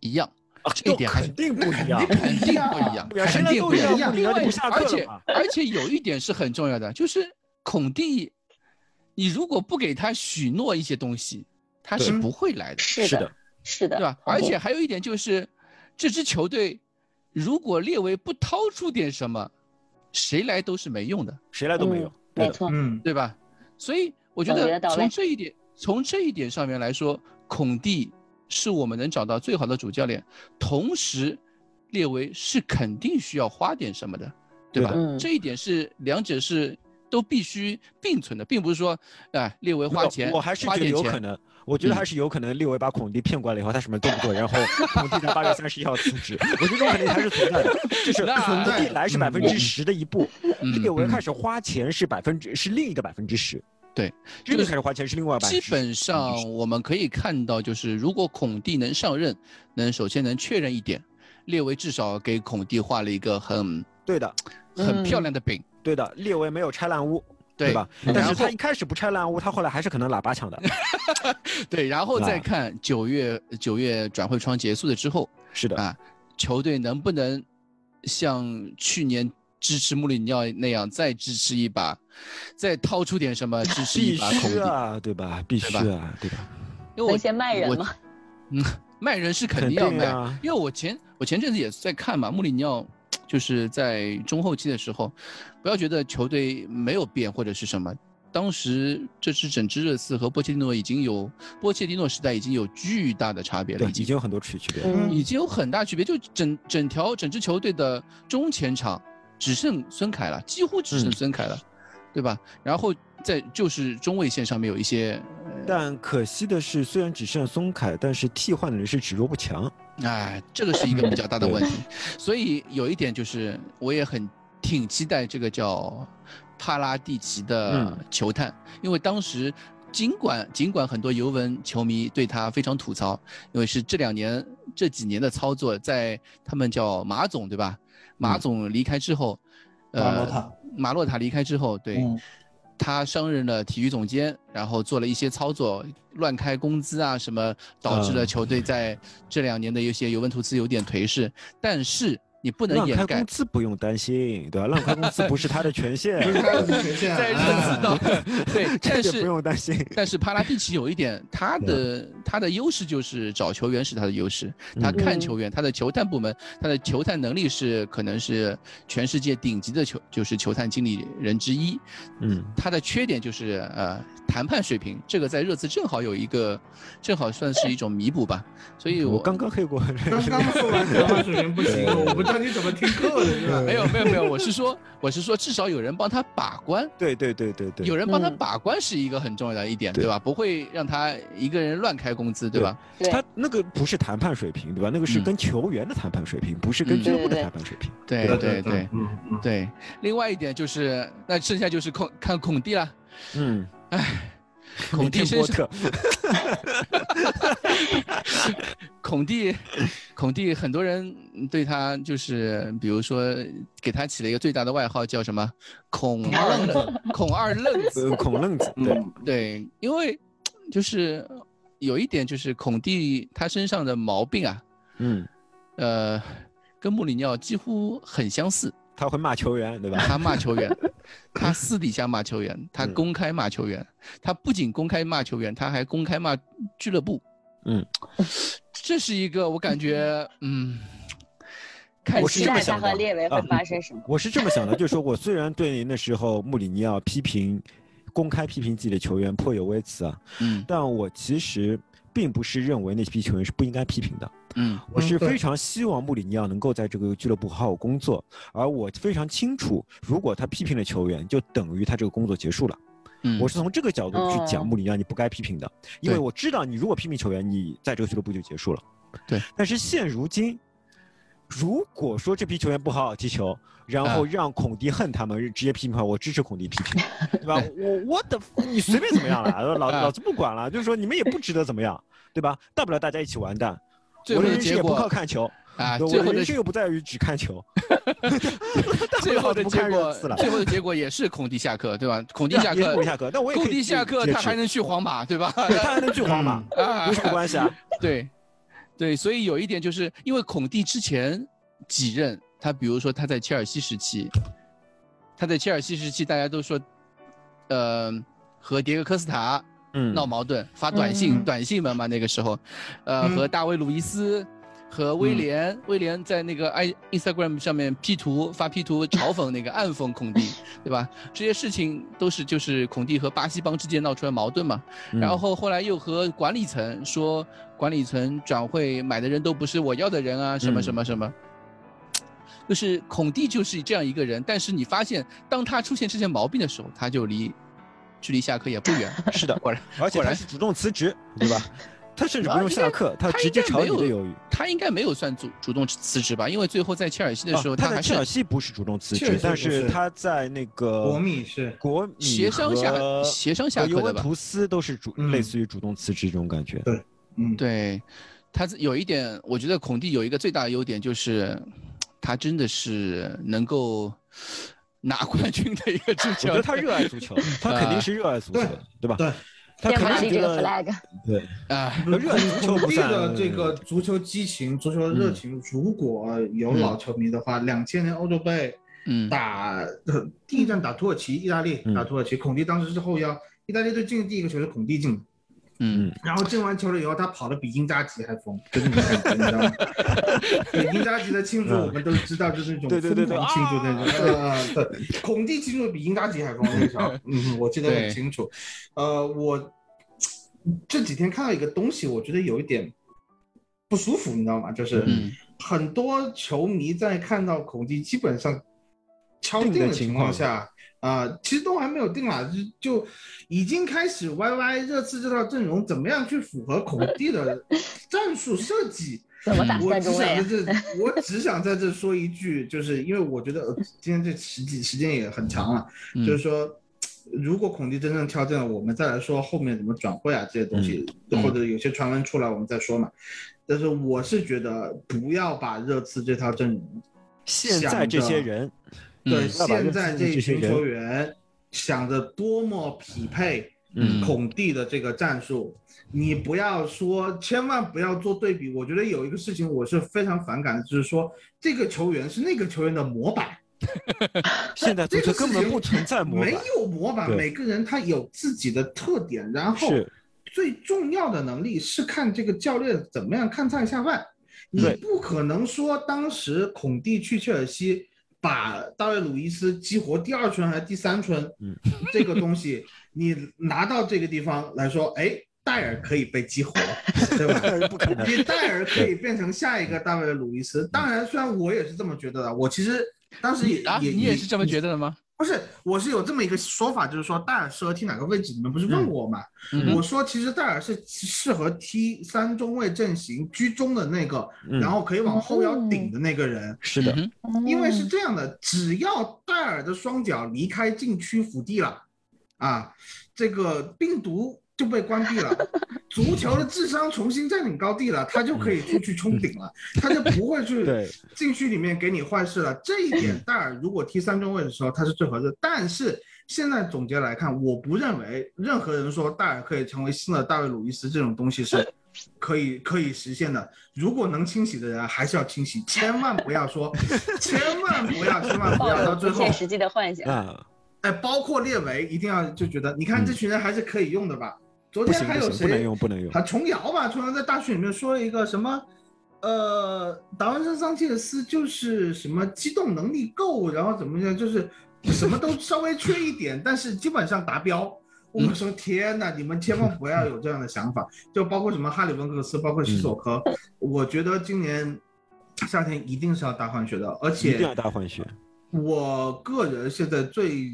一样，啊，这一点还是肯定不一样，肯定不一样，对啊谁肯来定都不一一样样，。穆里尼奥就不下课而且了嘛。而且有一点是很重要的，就是孔蒂，你如果不给他许诺一些东西，他 是对不会来的，是是的的，是的，对吧？而且还有一点就是，这支球队如果列维不掏出点什么，谁来都是没用的，谁来都没有。对没的，错，嗯，对吧？所以我觉总结得得到位从这一点，从这一点上面来说，孔蒂是我们能找到最好的主教练，同时列维是肯定需要花点什么的，对吧？对的嗯这一点是两者是。都必须并存的，并不是说，哎、列维花钱，呃我还是花觉得点有钱，嗯可能，我觉得还是有可能六维把孔蒂骗过来以后，他什么都不做，然后孔蒂在八月三十一号辞职，我觉得这种可能还是存在的，就是那孔蒂来是百分之十的一步，嗯六维开始花钱是百分之是另一个百分之十，对，真的开始花钱是另外百基分之十，本上我们可以看到，就是如果孔蒂能上任，能首先能确认一点，列维至少给孔蒂画了一个很对的，很嗯漂亮的饼，对的，列维没有拆烂屋。对吧？嗯但然是他后一开始不拆烂屋，他后来还是可能喇叭抢 的。对，然后再啊看九月九月转会窗结束了之后，是的，啊球队能不能像去年支持穆里尼奥那样再支持一把，再掏出点什么支持必一把孔须蒂？啊，对吧？必须对啊，对吧？因为能我先卖人我吗？卖人是肯定要肯卖，定啊因为我前我前阵子也在看嘛，穆里尼奥就是在中后期的时候，不要觉得球队没有变或者是什么，当时这支整支热刺和波切蒂诺已经有波切蒂诺时代已经有巨大的差别了，对，已已经经有很多区区别了。嗯已经有很大区别，就整整条整支球队的中前场只剩孙凯了，几乎只剩嗯孙凯了，对吧？然后在就是中卫线上面有一些，但可惜的是，虽然只剩松凯，但是替换的人是只弱不强。哎，这个是一个比较大的问题。所以有一点就是，我也很挺期待这个叫帕拉蒂奇的嗯球探，因为当时尽管尽管很多尤文球迷对他非常吐槽，因为是这两年这几年的操作，在他们叫马总对吧？马嗯总离开之后，马洛呃塔，马洛塔离开之后，对。嗯他上任了体育总监，然后做了一些操作，乱开工资啊什么，导致了嗯球队在这两年的一些尤文图斯有点颓势。但是你不能乱掩开盖工，资不用担心，对吧？乱开工资不是他的权限， 不是他的 权限啊，在日哎子到 对，但 这点不是用担心。但是帕拉蒂奇有一点，他的他的优势就是找球员是他的优势，他嗯看嗯球员，他的球探部门，他的球探能力是可能是全世界顶级的球，就是球探经理人之一。嗯，他的缺点就是呃谈判水平，这个在热刺正好有一个，正好算是一种弥补吧。所以我我刚刚黑过，刚刚说完谈判水平不行，我不知道你怎么听够的，是吧？没有没有没有，我是说我是说至少有人帮他把关， 对对对对对，有人帮他嗯把关是一个很重要的一点，对对吧？不会让他一个人乱开工资，对吧？对，他那个不是谈判水平，对吧？那个是嗯跟球员的谈判水平，不是嗯跟俱乐部对对的对谈判水平。对对对对，嗯嗯，对。另外一点就是，那剩下就是孔看孔蒂了，嗯， 孔蒂蒂身波上特，孔蒂，孔蒂，很多人对他就是，比如说给他起了一个最大的外号叫什么“孔二愣”，孔二愣子。呃孔愣子，对，嗯，对，因为就是有一点就是孔蒂他身上的毛病啊，嗯，呃，跟穆里尼奥几乎很相似。他会骂球员，对吧？ 他骂球员，他私底下骂球员，他嗯公开骂球员，他不仅公开骂球员，他还公开骂俱乐部。嗯， 这是一个我感觉，嗯，看我是期这么待想他的和列维会啊发生什么？我是这么想的，就是说我虽然对那时候穆里尼奥批评、公开批评自己的球员颇有微词啊，嗯但我其实并不是认为那批球员是不应该批评的。嗯我是嗯对非常希望穆里尼奥能够在这个俱乐部好好工作，而我非常清楚，如果他批评了球员，就等于他这个工作结束了。嗯，我是从这个角度去哦讲穆里尼奥，你不该批评的，因为对我知道你如果批评球员，你在这个俱乐部就结束了。对，但是现如今，如果说这批球员不好好踢球，然后嗯让孔蒂恨他们，直接批评他，我支持孔蒂批 评，对吧？我我的你随便怎么样了，老啊老子不管了，就是说你们也不值得怎么样，对吧？大不了大家一起完蛋。最我后的的人生结也不靠果看球，啊，对最我后的的人生又不在于只看 球， 最后的不结看热果刺了，。最后的结果也是孔蒂下课， 对吧？孔蒂对啊下也是课孔蒂，下课，那我也孔可以蒂去下课，接他触还能去皇马， 对吧？对他还能去皇 马，啊有什么关 系啊？对，对，所以有一点就是因为孔蒂之前几任，他比如说他在切尔西时期，他在切尔西时期，大家都说，呃，和迭戈科斯塔嗯闹矛盾，发短信，嗯短信门嘛那个时候，呃，嗯和大卫鲁伊斯，和威廉，威廉在那个 i Instagram 上面 P 图发 P 图嘲讽那个暗讽孔蒂， 对吧？这些事情都是就是孔蒂和巴西帮之间闹出来矛盾嘛。嗯然后后来又和管理层说，管理层转会买的人都不是我要的人嗯啊，什么什么什么。就是孔蒂就是这样一个人，但是你发现当他出现这些毛病的时候，他就离距离下课也不远。 是的，果 然，而且果他然是主动辞职，对 吧？他甚至不啊用应下该课，他他直应接该炒没你有的鱿鱼。他应该没有算主主动辞职吧？因为最后在切尔西的啊时候，他在还切是尔西不是主动辞切尔职西，但不是是他在那个国米是国米协商下和协商下和尤课的文吧？图斯都是主嗯类似于主动辞职这种感觉。嗯，对，他有一点，我觉得孔蒂有一个最大的优点就是，他真的是能够 拿冠军的一个足我球。觉得他热爱足球， 他肯定是热爱足球，的，对吧？对，他先肯把定你是这觉个得 flag，对。啊，热爱足球孔不嗯蒂算的这个足球激情、足球嗯热情，如果有老球迷的话，两千年欧洲杯嗯，打呃第一站打土耳其，意大利打土耳其，孔蒂当时是后腰，意大利队进的第一个球是孔蒂进的，嗯，然后进完球了以后，他跑的比英扎吉还疯，就那种感觉，你知道吗？对英扎吉的庆祝我们都知道，就是那种对对对疯对啊狂庆祝那种。呃，对，孔蒂庆祝比英扎吉还疯那时候，嗯，我记得对很清楚。呃，我这几天看到一个东西，我觉得有一点不舒服，你知道吗？就是嗯很多球迷在看到孔蒂基本上敲定的定的情情况况下。啊、其实都还没有定啦，就就已经开始 YY 热刺这套阵容怎么样去符合孔蒂的 战术设计？怎么打嗯我三只中想在卫啊？这，我只想在这说一句，就是因为我觉得呃今天这时间时间也很长了，嗯就是说，如果孔蒂真正挑战了，我们再来说后面怎么转会啊这些东西，嗯或者有些传闻出来我们再说嘛。但是我是觉得不要把热刺这套阵容现想在这着些人，对，嗯那把现热在刺这一这些群人球员想着多么匹配嗯孔蒂的这个战术，你不要说，千万不要做对比。我觉得有一个事情我是非常反感的，就是说这个球员是那个球员的模板，现在足这球个事根本情不存在模没板，有模板，对每个人他有自己的特点，然后是最重要的能力是看这个教练怎么样看上下饭。你对不可能说当时孔蒂去切尔西把大卫·鲁伊斯激活第二春还是第三春，嗯这个东西你拿到这个地方来说，哎，戴尔可以被激活，对吧？不可能。你戴尔可以变成下一个大卫·鲁伊斯。当然，虽然我也是这么觉得的，我其实当时也啊，也你也是这么觉得的吗？不是，我是有这么一个说法，就是说戴尔适合踢哪个位置？你们不是问我吗？嗯哼我说其实戴尔是适合踢三中卫阵型居中的那个，嗯然后可以往后腰顶的那个人，是的嗯，哼因为是这样的，只要戴尔的双脚离开禁区腹地了，啊，这个病毒就被关闭了，足球的智商重新占领高地了，他就可以出去冲顶了，他就不会 去对禁区里面给你坏事了。这一 点，戴尔如果踢三中卫的时候，他是最合适。但是现在总结来看，我不认为任何人说戴尔可以成为新的大卫·鲁伊斯这种东西 是可以可以实现的。如果能清洗的人，还是要清 洗，千万不要说，千万不要，千万不抱嗯 要到有最不后切，实际的幻想，啊，哎，包括列维，一定要就觉得，你看这群人还是可以用的吧？昨嗯不天行还不有行，不能谁用不能用他。琼瑶吧，琼瑶在大学里面说了一个什么，呃，达文森桑切斯就是什么机动能力够，然后怎么样，就是什么都稍微缺一点，但是基本上达标。我嗯们说天呐，你们千万不要有这样的想法，就包括什么哈里温克斯，包括嗯西索科，我觉得今年夏天一定是要大换血的，而一定且要大换血，我个人现在最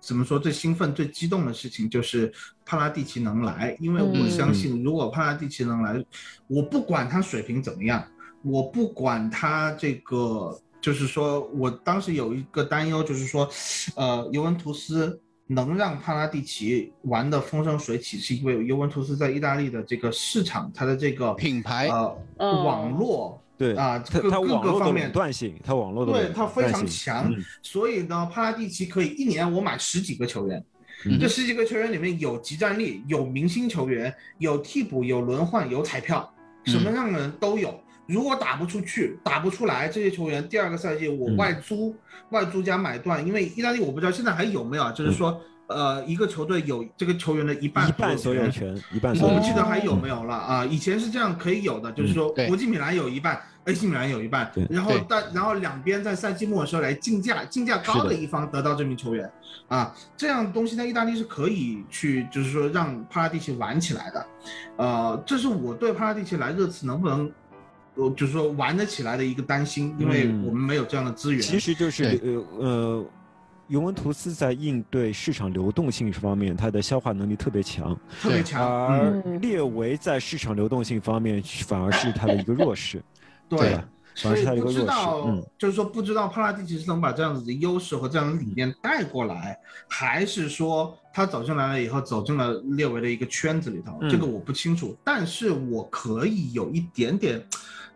怎么说最兴奋、最激动的事情就是帕拉蒂奇能来，因为我嗯相信，如果帕拉蒂奇能来，我不管他水平怎么样，我不管他这个，就是说我当时有一个担忧，就是说，呃，尤文图斯能让帕拉蒂奇玩的风生水起，是因为尤文图斯在意大利的这个市场，它的这个品牌呃嗯网络对啊他各他各网个络的方面垄断性，他网络的对他垄非断常性强嗯，所以呢，帕拉蒂奇可以一年我买十几个球员，嗯这十几个球员里面有集战力，有明星球员，有替补，有轮换，有彩票，嗯什么样的人都有。如果打不出去，打不出来，这些球员第二个赛季我嗯外租、外租加买断，因为意大利我不知道现在还有没有啊，就是说。呃，一个球队有这个球员的一半嗯一半所有权。权，一半我所有不嗯记权。得还有没有了啊？以前是这样可以有的，就是说对国际米兰有一半，AC 米兰有一半对，然后对但然后两边在赛季末的时候来竞价，竞价高是的的一方得到这名球员啊，这样东西在意大利是可以去，就是说让帕拉蒂奇玩起来的，呃，这是我对帕拉蒂奇来热刺能不能。呃，就是说玩得起来的一个担心，因为嗯我们没有这样的资源。其实就是呃呃，尤文图斯在应对市场流动性方面，它的消化能力特别强，特别强，而嗯列维在市场流动性方面反而是它的一个弱势，对对吧？所反以而是他的一不个知弱势道，嗯就是说不知道帕拉蒂奇是能把这样子的优势和这样的理念带过来，还是说他走进来了以后走进了列维的一个圈子里头，嗯这个我不清楚。但是我可以有一点点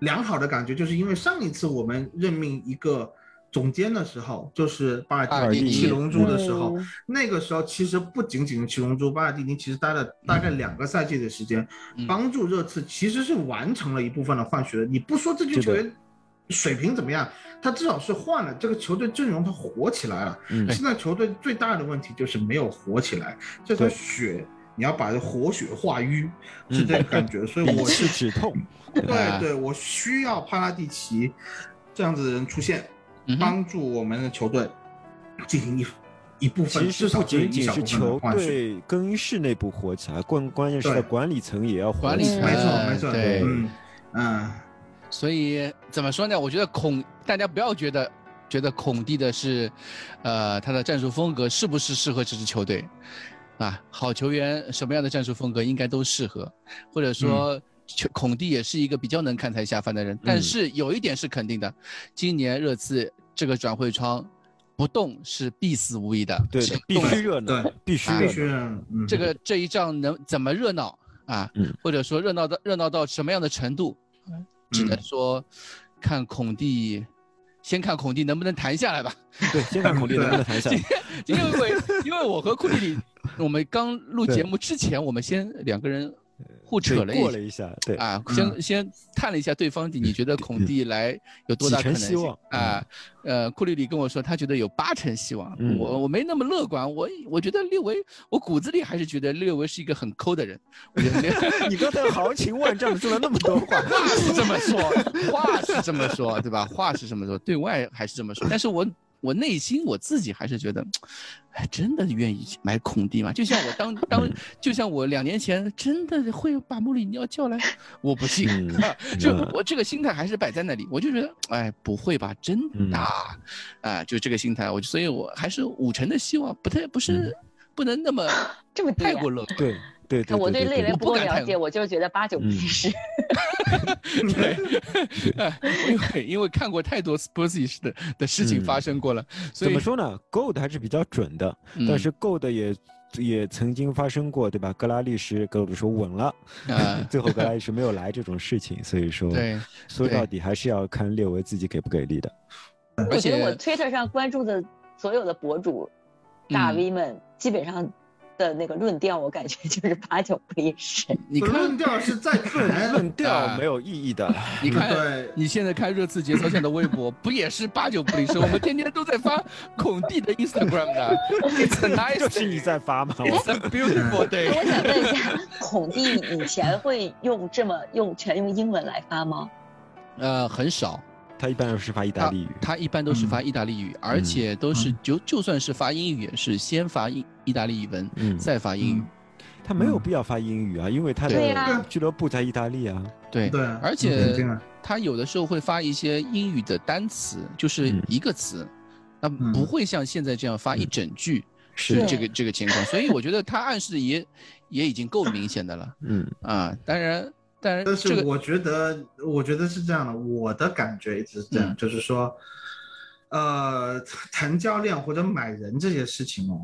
良好的感觉，就是因为上一次我们任命一个总监的时候，就是巴尔巴尔蒂蒂尼尼七龙珠的时候，嗯那个时候其实不仅仅是七龙珠，巴尔蒂尼其实待了嗯大概两个赛季的时间，嗯帮助热刺其实是完成了一部分的换血的。你不说这是支的球员水平怎么样，他至少是换了这个球队阵容，他火起来了。嗯现在球队最大的问题就是没有火起来，这条对血你要把这活血化瘀嗯是这个感觉，所以理哎我气是止痛，对对，我需要帕拉蒂奇这样子的人出现，嗯哼帮助我们的球队进行一一部分，其实至少不是仅一仅小是部分的球换血。队更衣室内部火起来，关关键是在对管理层也要火管理起层来。没错没错，对嗯嗯，所以怎么说呢？我觉得孔，大家不要觉得觉得孔蒂的是，呃，他的战术风格是不是适合这支球队？啊，好球员什么样的战术风格应该都适合，或者嗯说。球孔蒂也是一个比较能看台下饭的人，但是有一点是肯定的，今年热刺这个转会窗不动是必死无疑的，对只有的，必动须热闹对，必须必热须闹。嗯 这个这一仗能怎么热闹啊？嗯或者说热闹到热闹到什么样的程度，只能说看孔蒂，先看孔蒂能不能谈下来 吧。对，先看孔蒂能不能谈 下来。因为因为我和库蒂里，我们刚录对节目之前，我们先两个人互对扯了一过下了一下，对，啊，嗯先先探了一下对方，你觉得孔蒂来有多大可能几成希性望啊？呃，库里里跟我说，他觉得有八成希望，嗯我我没那么乐观，我我觉得列维，我骨子里还是觉得列维是一个很抠的人，我觉得列你刚才豪情万丈地说了那么多话，话是这么 说，话是这么说，对吧？话是这么说，对外还是这么说，但是我我内心我自己还是觉得，哎，真的愿意买孔蒂吗？就像我 当当，就像我两年前真的会把穆里尼奥叫来，我不信， 嗯就嗯我这个心态还是摆在那里，我就觉得，哎，不会吧，真的啊，啊就这个心态，我就所以我还是五成的希望，不太不是不能那么这么低嗯啊太过乐观。 对对对，看啊我对对类维我不不够敢了太解，我就是觉得八九不离嗯十。对， 哎因为因为看过太多 Spursy 的的事情发生过了，所怎以么说呢？Gold 还是比较准的，嗯但是 Gold 也也曾经发生过，对吧？格拉利什格鲁说稳了， 啊最后格拉利什没有来这种事情，所以说，对，说对到底还是要看列维自己给不给力的。我觉得我 Twitter 上关注的所有的博主、大嗯 V 们，基本上的那个论调，我感觉就是八九不离十。你论看调是在谈 论，调没有意义的，你看。对，你现在看热刺节操下的微博，不也是八九不离十？我们天天都在发孔蒂的 Instagram 的，It's a nice，就是你 day, 在发嘛。 ，It's a beautiful 那 day。 我想问一下，孔蒂以前会用这么用全用英文来发吗？呃，很少，他一般是发意大他利语，他一般都是发意大利语，而且都是就就算是发英语，也是先发意意大利文，嗯，再发英语。他没有必要发英语啊，因为他对呀的俱乐部在意大利啊。对对而肯定且啊他有的时候会发一些英语的单词，就是嗯一个词，那嗯不会像现在这样发一整句，是的这个这个情况。所以我觉得他暗示的也也已经够明显的了嗯，啊。当然，当然但这是个我觉得，我觉得是这样的，我的感觉一直是这样，就是说，呃，谈教练或者买人这些事情哦，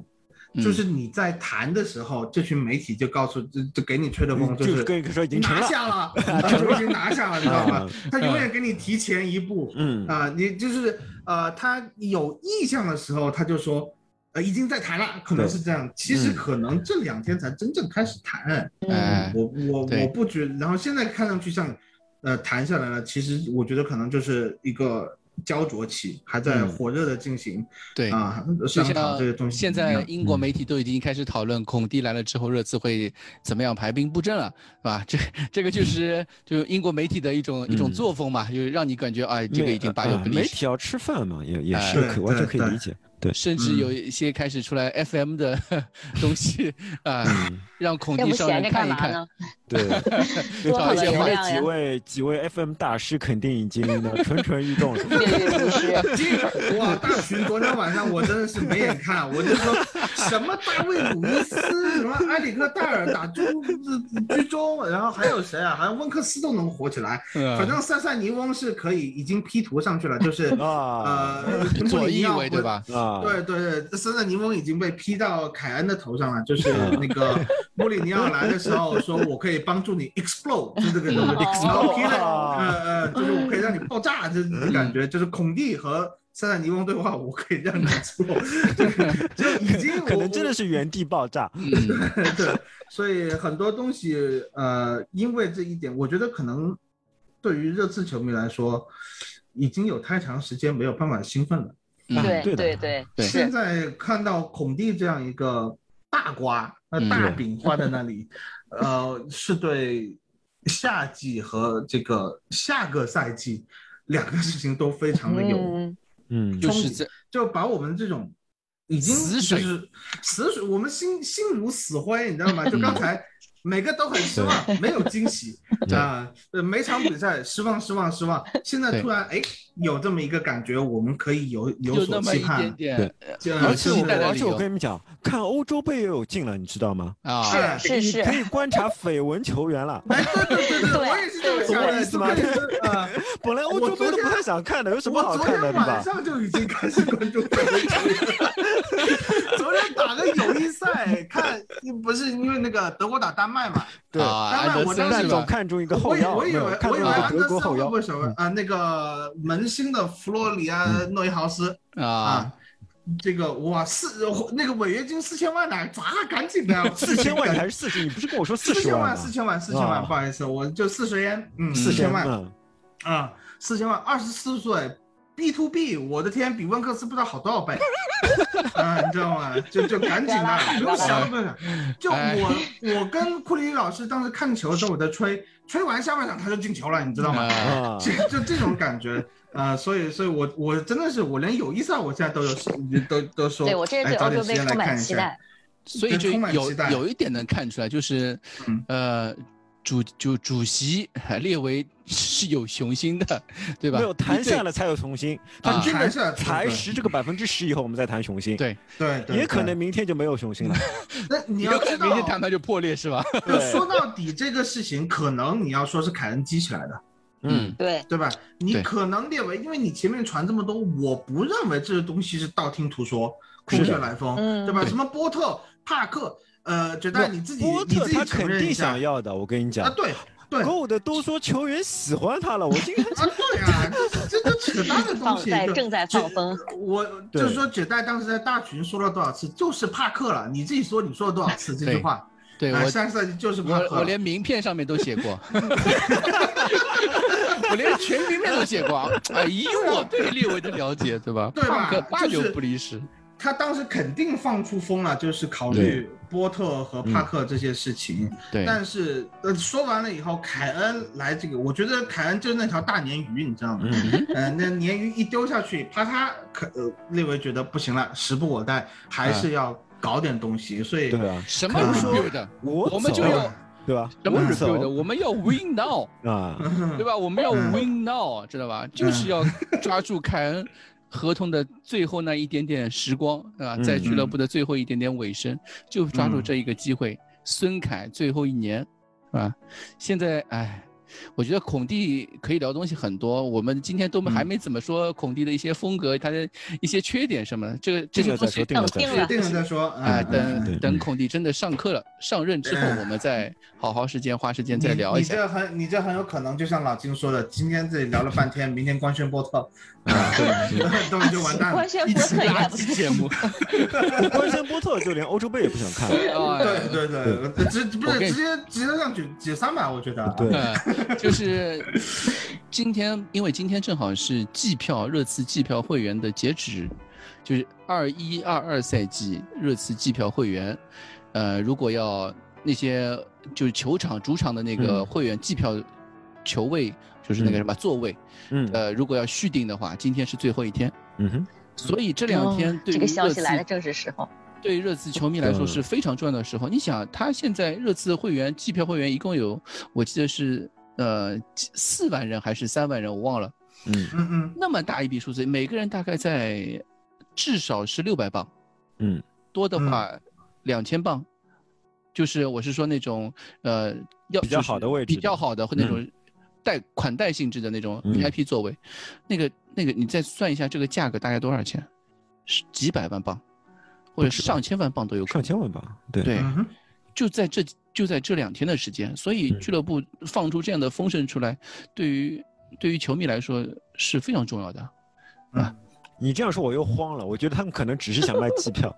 就是你在谈的时候，这群媒体就告诉，就就给你吹的风，嗯就就是跟你说已经成拿了。下了，他就已经拿下了，你知道吗？他永远给你提前一步，嗯啊、你就是呃，他有意向的时候，他就说，呃，已经在谈了，可能对是这样。其实嗯可能这两天才真正开始谈，哎我我对我不觉然后现在看上去像，呃，谈下来了，其实我觉得可能就是一个焦灼期，还在嗯火热的进行对，啊，就商讨这个东像西。现在英嗯国媒体都已经开始讨论孔蒂来了之后，热刺会怎么样排兵布阵了，是吧？ 这这个就是就是英国媒体的一种一种嗯作风嘛，就是让你感觉哎，这个媒已经呃八九啊呃不离媒十。体要吃饭嘛，也也哎是可对完全可对以对理 解。对，甚至嗯有一些开始出来 FM 的 东西啊、嗯，让孔这蒂不上闲人着看干一嘛看。 呢？对， 多好找一的些流量几呀位 几位 FM 大师肯定已经呢蠢蠢欲动。 跃跃欲试。哇，大群昨天晚上我真的是没眼看，啊我就说什么大卫鲁伊斯，什么埃里克戴尔打中居中，然后还有谁啊？好像温克斯都能火起来，嗯反正塞塞尼翁是可以已经 P 图上去了，就是啊呃左翼位对？ 吧？啊，对对对，塞塞尼翁已经被 P 到凯恩的头上了，就是嗯那个穆里尼奥来的时候说，我可以帮助你 explode，就这嗯个哦东西，然后 P 了，呃呃，就是我可以让你爆炸，这这感嗯觉就是孔蒂和。塞塞尼翁对话，我可以让你 explode，就是 就已经我可能真的我是原地爆炸。嗯，对，所以很多东西，呃，因为这一点，我觉得可能对于热刺球迷来说，已经有太长时间没有办法兴奋了。嗯对 对的对对，对现是在看到孔蒂这样一个大瓜，那嗯大饼画在那 里，呃，是对夏季和这个下个赛季两个事情都非常的有嗯，嗯，就是在就把我们这种已经死水就是死水，我们心心如死灰，你知道 吗？就刚才每个都很失望，没有惊喜对啊、呃每场比赛失望失望失望，现在对突然哎有这么一个感觉，我们可以有有就那所么期一点盼。点对呃就而呃且现我期待的在而且我理由跟你们讲，看欧洲杯也有劲了，你知道吗？啊，哎是是可以观察绯闻球员了。 哎，对对对对，对我也是这么想懂我意的，思就吗开 始啊，本来欧洲杯都不太想看的，有什么好我昨看的，天对晚吧？上就已经开始关注 北京球员了。昨天打个友谊赛，看不是因为那个德国打丹麦 嘛，对，啊，当然安德我当森但是总吧？看中一个后我以腰，我以没有为看我中以一为个安德德国森后会腰嗯不。会守门啊？那个门兴的弗洛里安诺伊豪斯啊嗯啊，，这个哇四那个违约金四千万呢，砸赶紧的呀，四千 万你还是四十？你不是跟我说四四十千万万吗四？千万四千万，不好意思，我就四十烟，嗯，四千万万，啊，四千万，二十四岁，B to B，我的天，比温克斯不知道好多少倍啊，你知道吗？就就赶紧的，不用想，不用想。就哎我我跟库里老师当时看球的时候，我在吹，吹完下半场他就进球了，你知道吗？啊啊！就就这种感觉。啊，所以，所以我我真的是，我连友谊赛我现在都有都都说，对我这是哎对早欧点洲时杯间来充满看一期下。待。所以就充满有期待有一点能看出来，就是嗯，呃，主就主席哎列维是有雄心的，对吧？没有谈一对下了才有雄心，啊他真的谈下来才才有十这个百分之十以后，我们再谈雄心。对对对，也可对能。明天就没有雄心了。那你有要可知能道，明天谈判就破裂是吧？就说到底这个事情，可能你要说是凯恩激起来的，嗯，对，对吧？你对可能列为，因为你前面传这么多，我不认为这个东西是道听途说、是空的穴来风，嗯对吧？对什么波特、帕克，呃，觉得你自己波你特自己他承肯认一定下想要的，我跟你讲啊，，对对啊，够的都说球员喜欢他了，我今天对啊，这这扯淡的东放西在就正在放风，我对就是说，姐代当时在大群说了多少次，就是帕克了。你自己说你说了多少次这句话？对啊我下个赛季就是帕克我我了连名片上面都写 过，我连全名片都写过。啊！哎，以我对列维的了解，对吧？对吧胖哥八就九是不离十。他当时肯定放出风了，就是考虑波特和嗯帕克这些事情。对，但是呃，说完了以后，凯恩来这个，我觉得凯恩就是那条大鲶鱼，你知道吗？嗯呃，那鲶鱼一丢下去，啪嗒，可呃，列维觉得不行了，时不我待，还是要搞点东西，所以对啊，什么可能 review 的，我我们走就要对吧？什么我 review 的，走我们要 win now，啊，对吧？我们要嗯 win now，知道吧？就是要抓住凯恩合同的最后那一点点时光，对吧？嗯在俱乐部的最后一点点尾声，就抓住这一个机会。孙凯最后一年，是吧？现在，哎。我觉得孔蒂可以聊东西很多，我们今天都还没怎么说孔蒂的一些风格，他的一些缺点什么的，这个这定些了东再西说，定了再定说了。定了再说。嗯啊，嗯等对等嗯孔蒂真的上课了、上任之后，嗯我们再好好时间花时间再聊你一你下。这很，你这很有可能就像老金说的，今天这里聊了半天，明天官宣波特，啊，对，东西就完蛋了官。宣一波期特也垃不圾是节 目，哎关山波特就连欧洲杯也不想看。对对对对，直不我是跟你直接直接上九九三吧，我觉得啊。对嗯，就是今天因为今天正好是季票热刺季票会员的截止，就是二一二二赛季热刺季票会员，呃，如果要那些就是球场主场的那个嗯会员季票球位，就是那个嗯什么座位，嗯呃，如果要续订的话，今天是最后一天，嗯哼，所以这两天哦对于这个消热息来刺的正是时候。对热刺球迷来说对是非常重要的时候。你想，他现在热刺会员季票会员一共有，我记得是呃几四万人还是三万人，我忘了。嗯嗯嗯，那么大一笔数字，每个人大概在至少是六百磅，嗯，多的话两千磅，就是我是说那种呃要比较就是好的位置比较好的或那种带款待性质的那种嗯 VIP 座位，那个那个你再算一下这个价格大概多少钱，是几百万磅，或者不止吧上千万磅都有可上能。千万吧，对对，嗯哼就在这就在这两天的时间，所以嗯俱乐部放出这样的风声出来，对于对于球迷来说是非常重要的。你这样说我又慌了，我觉得他们可能只是想卖机票，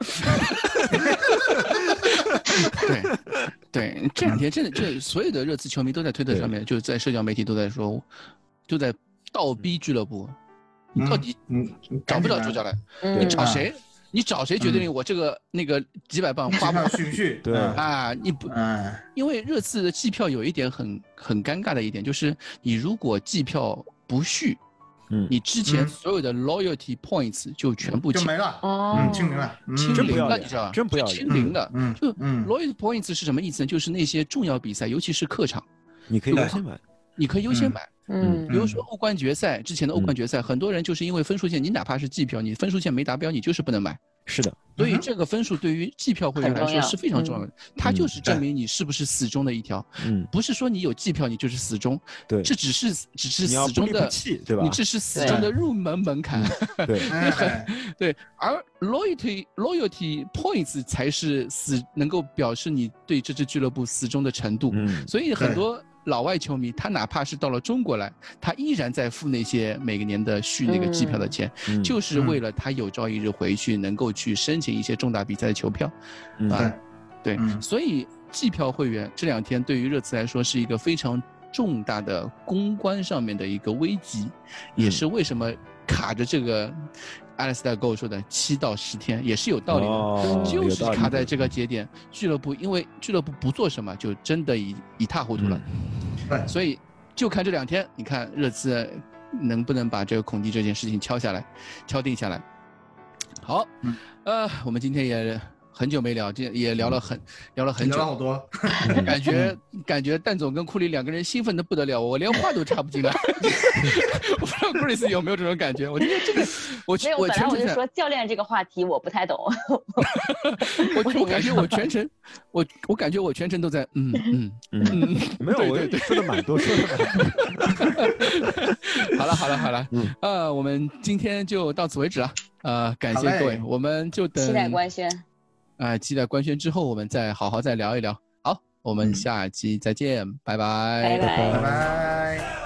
对，对，这两天真的，这所有的热刺球迷都在推特上面，就在社交媒体都在说，都在倒逼俱乐部，你到底嗯，嗯找不找主赶紧教来练？嗯对你找谁？你找谁决定我这个那个几百磅花发不票续不续？ 对嗯啊？你不，哎，因为热刺的季票有一点很很尴尬的一点，就是你如果季票不续，嗯你之前嗯所有的 loyalty points 就全部就清没了，哦，嗯，清明了，嗯清真不零要了，脸你知道吧？真不要脸清零的。嗯就嗯 loyalty points 是什么意思呢？就是那些重要比赛，尤其是客场，你可以对优先买，你可以优先嗯买。嗯比如说欧冠决赛之前的欧嗯冠决赛，很多人就是因为分数线，你哪怕是季票，你分数线没达标，你就是不能买。是的，所以嗯哼这个分数对于季票会员来很说重要是非常重要的，它嗯就是证明你是不是死忠的一条，嗯，不是说你有季票你就是死忠，对，这只是只是你要死不忠离不的，弃，对嗯吧你？这是死忠的入门门槛。 对，哎哎对，而 loyalty loyalty points 才是死能够表示你对这支俱乐部死忠的程度。嗯，所以很多老外球迷，他哪怕是到了中国来，他依然在付那些每个年的续那个机票的钱，嗯就是为了他有朝一日回去能够去申请一些重大比赛的球票。嗯啊对，对嗯所以季票会员这两天对于热刺来说是一个非常重大的公关上面的一个危机，也嗯是为什么卡着这个。阿莱斯特跟我说的七到十天也是有道理的，哦有就是道理卡在这个节点。俱乐部因为俱乐部不做什么，就真的一一塌糊涂了。对所以就看这两天，你看热刺能不能把这个孔蒂这件事情敲下来，敲定下来。好，嗯呃，我们今天也很久没聊，这也聊了很聊了很嗯聊了久，好多，嗯感觉感觉蛋总跟库里两个人兴奋的不得了，我连话都插不进来。 我不知道 Grace 有没有这种感觉？我觉得这个，我没有，我本来全我程就在说教练这个话题我不太懂，我我我感觉我全程，我我感觉我全程都在嗯嗯嗯，嗯。没有，我对对说 的蛮多，说的蛮多，好了好了好了嗯，呃，我们今天就到此为止了，呃，感谢好嘞各位，我们就等期待官宣。啊，期待官宣之后，我们再好好再聊一聊。好，我们嗯下期再见，拜拜拜拜拜拜。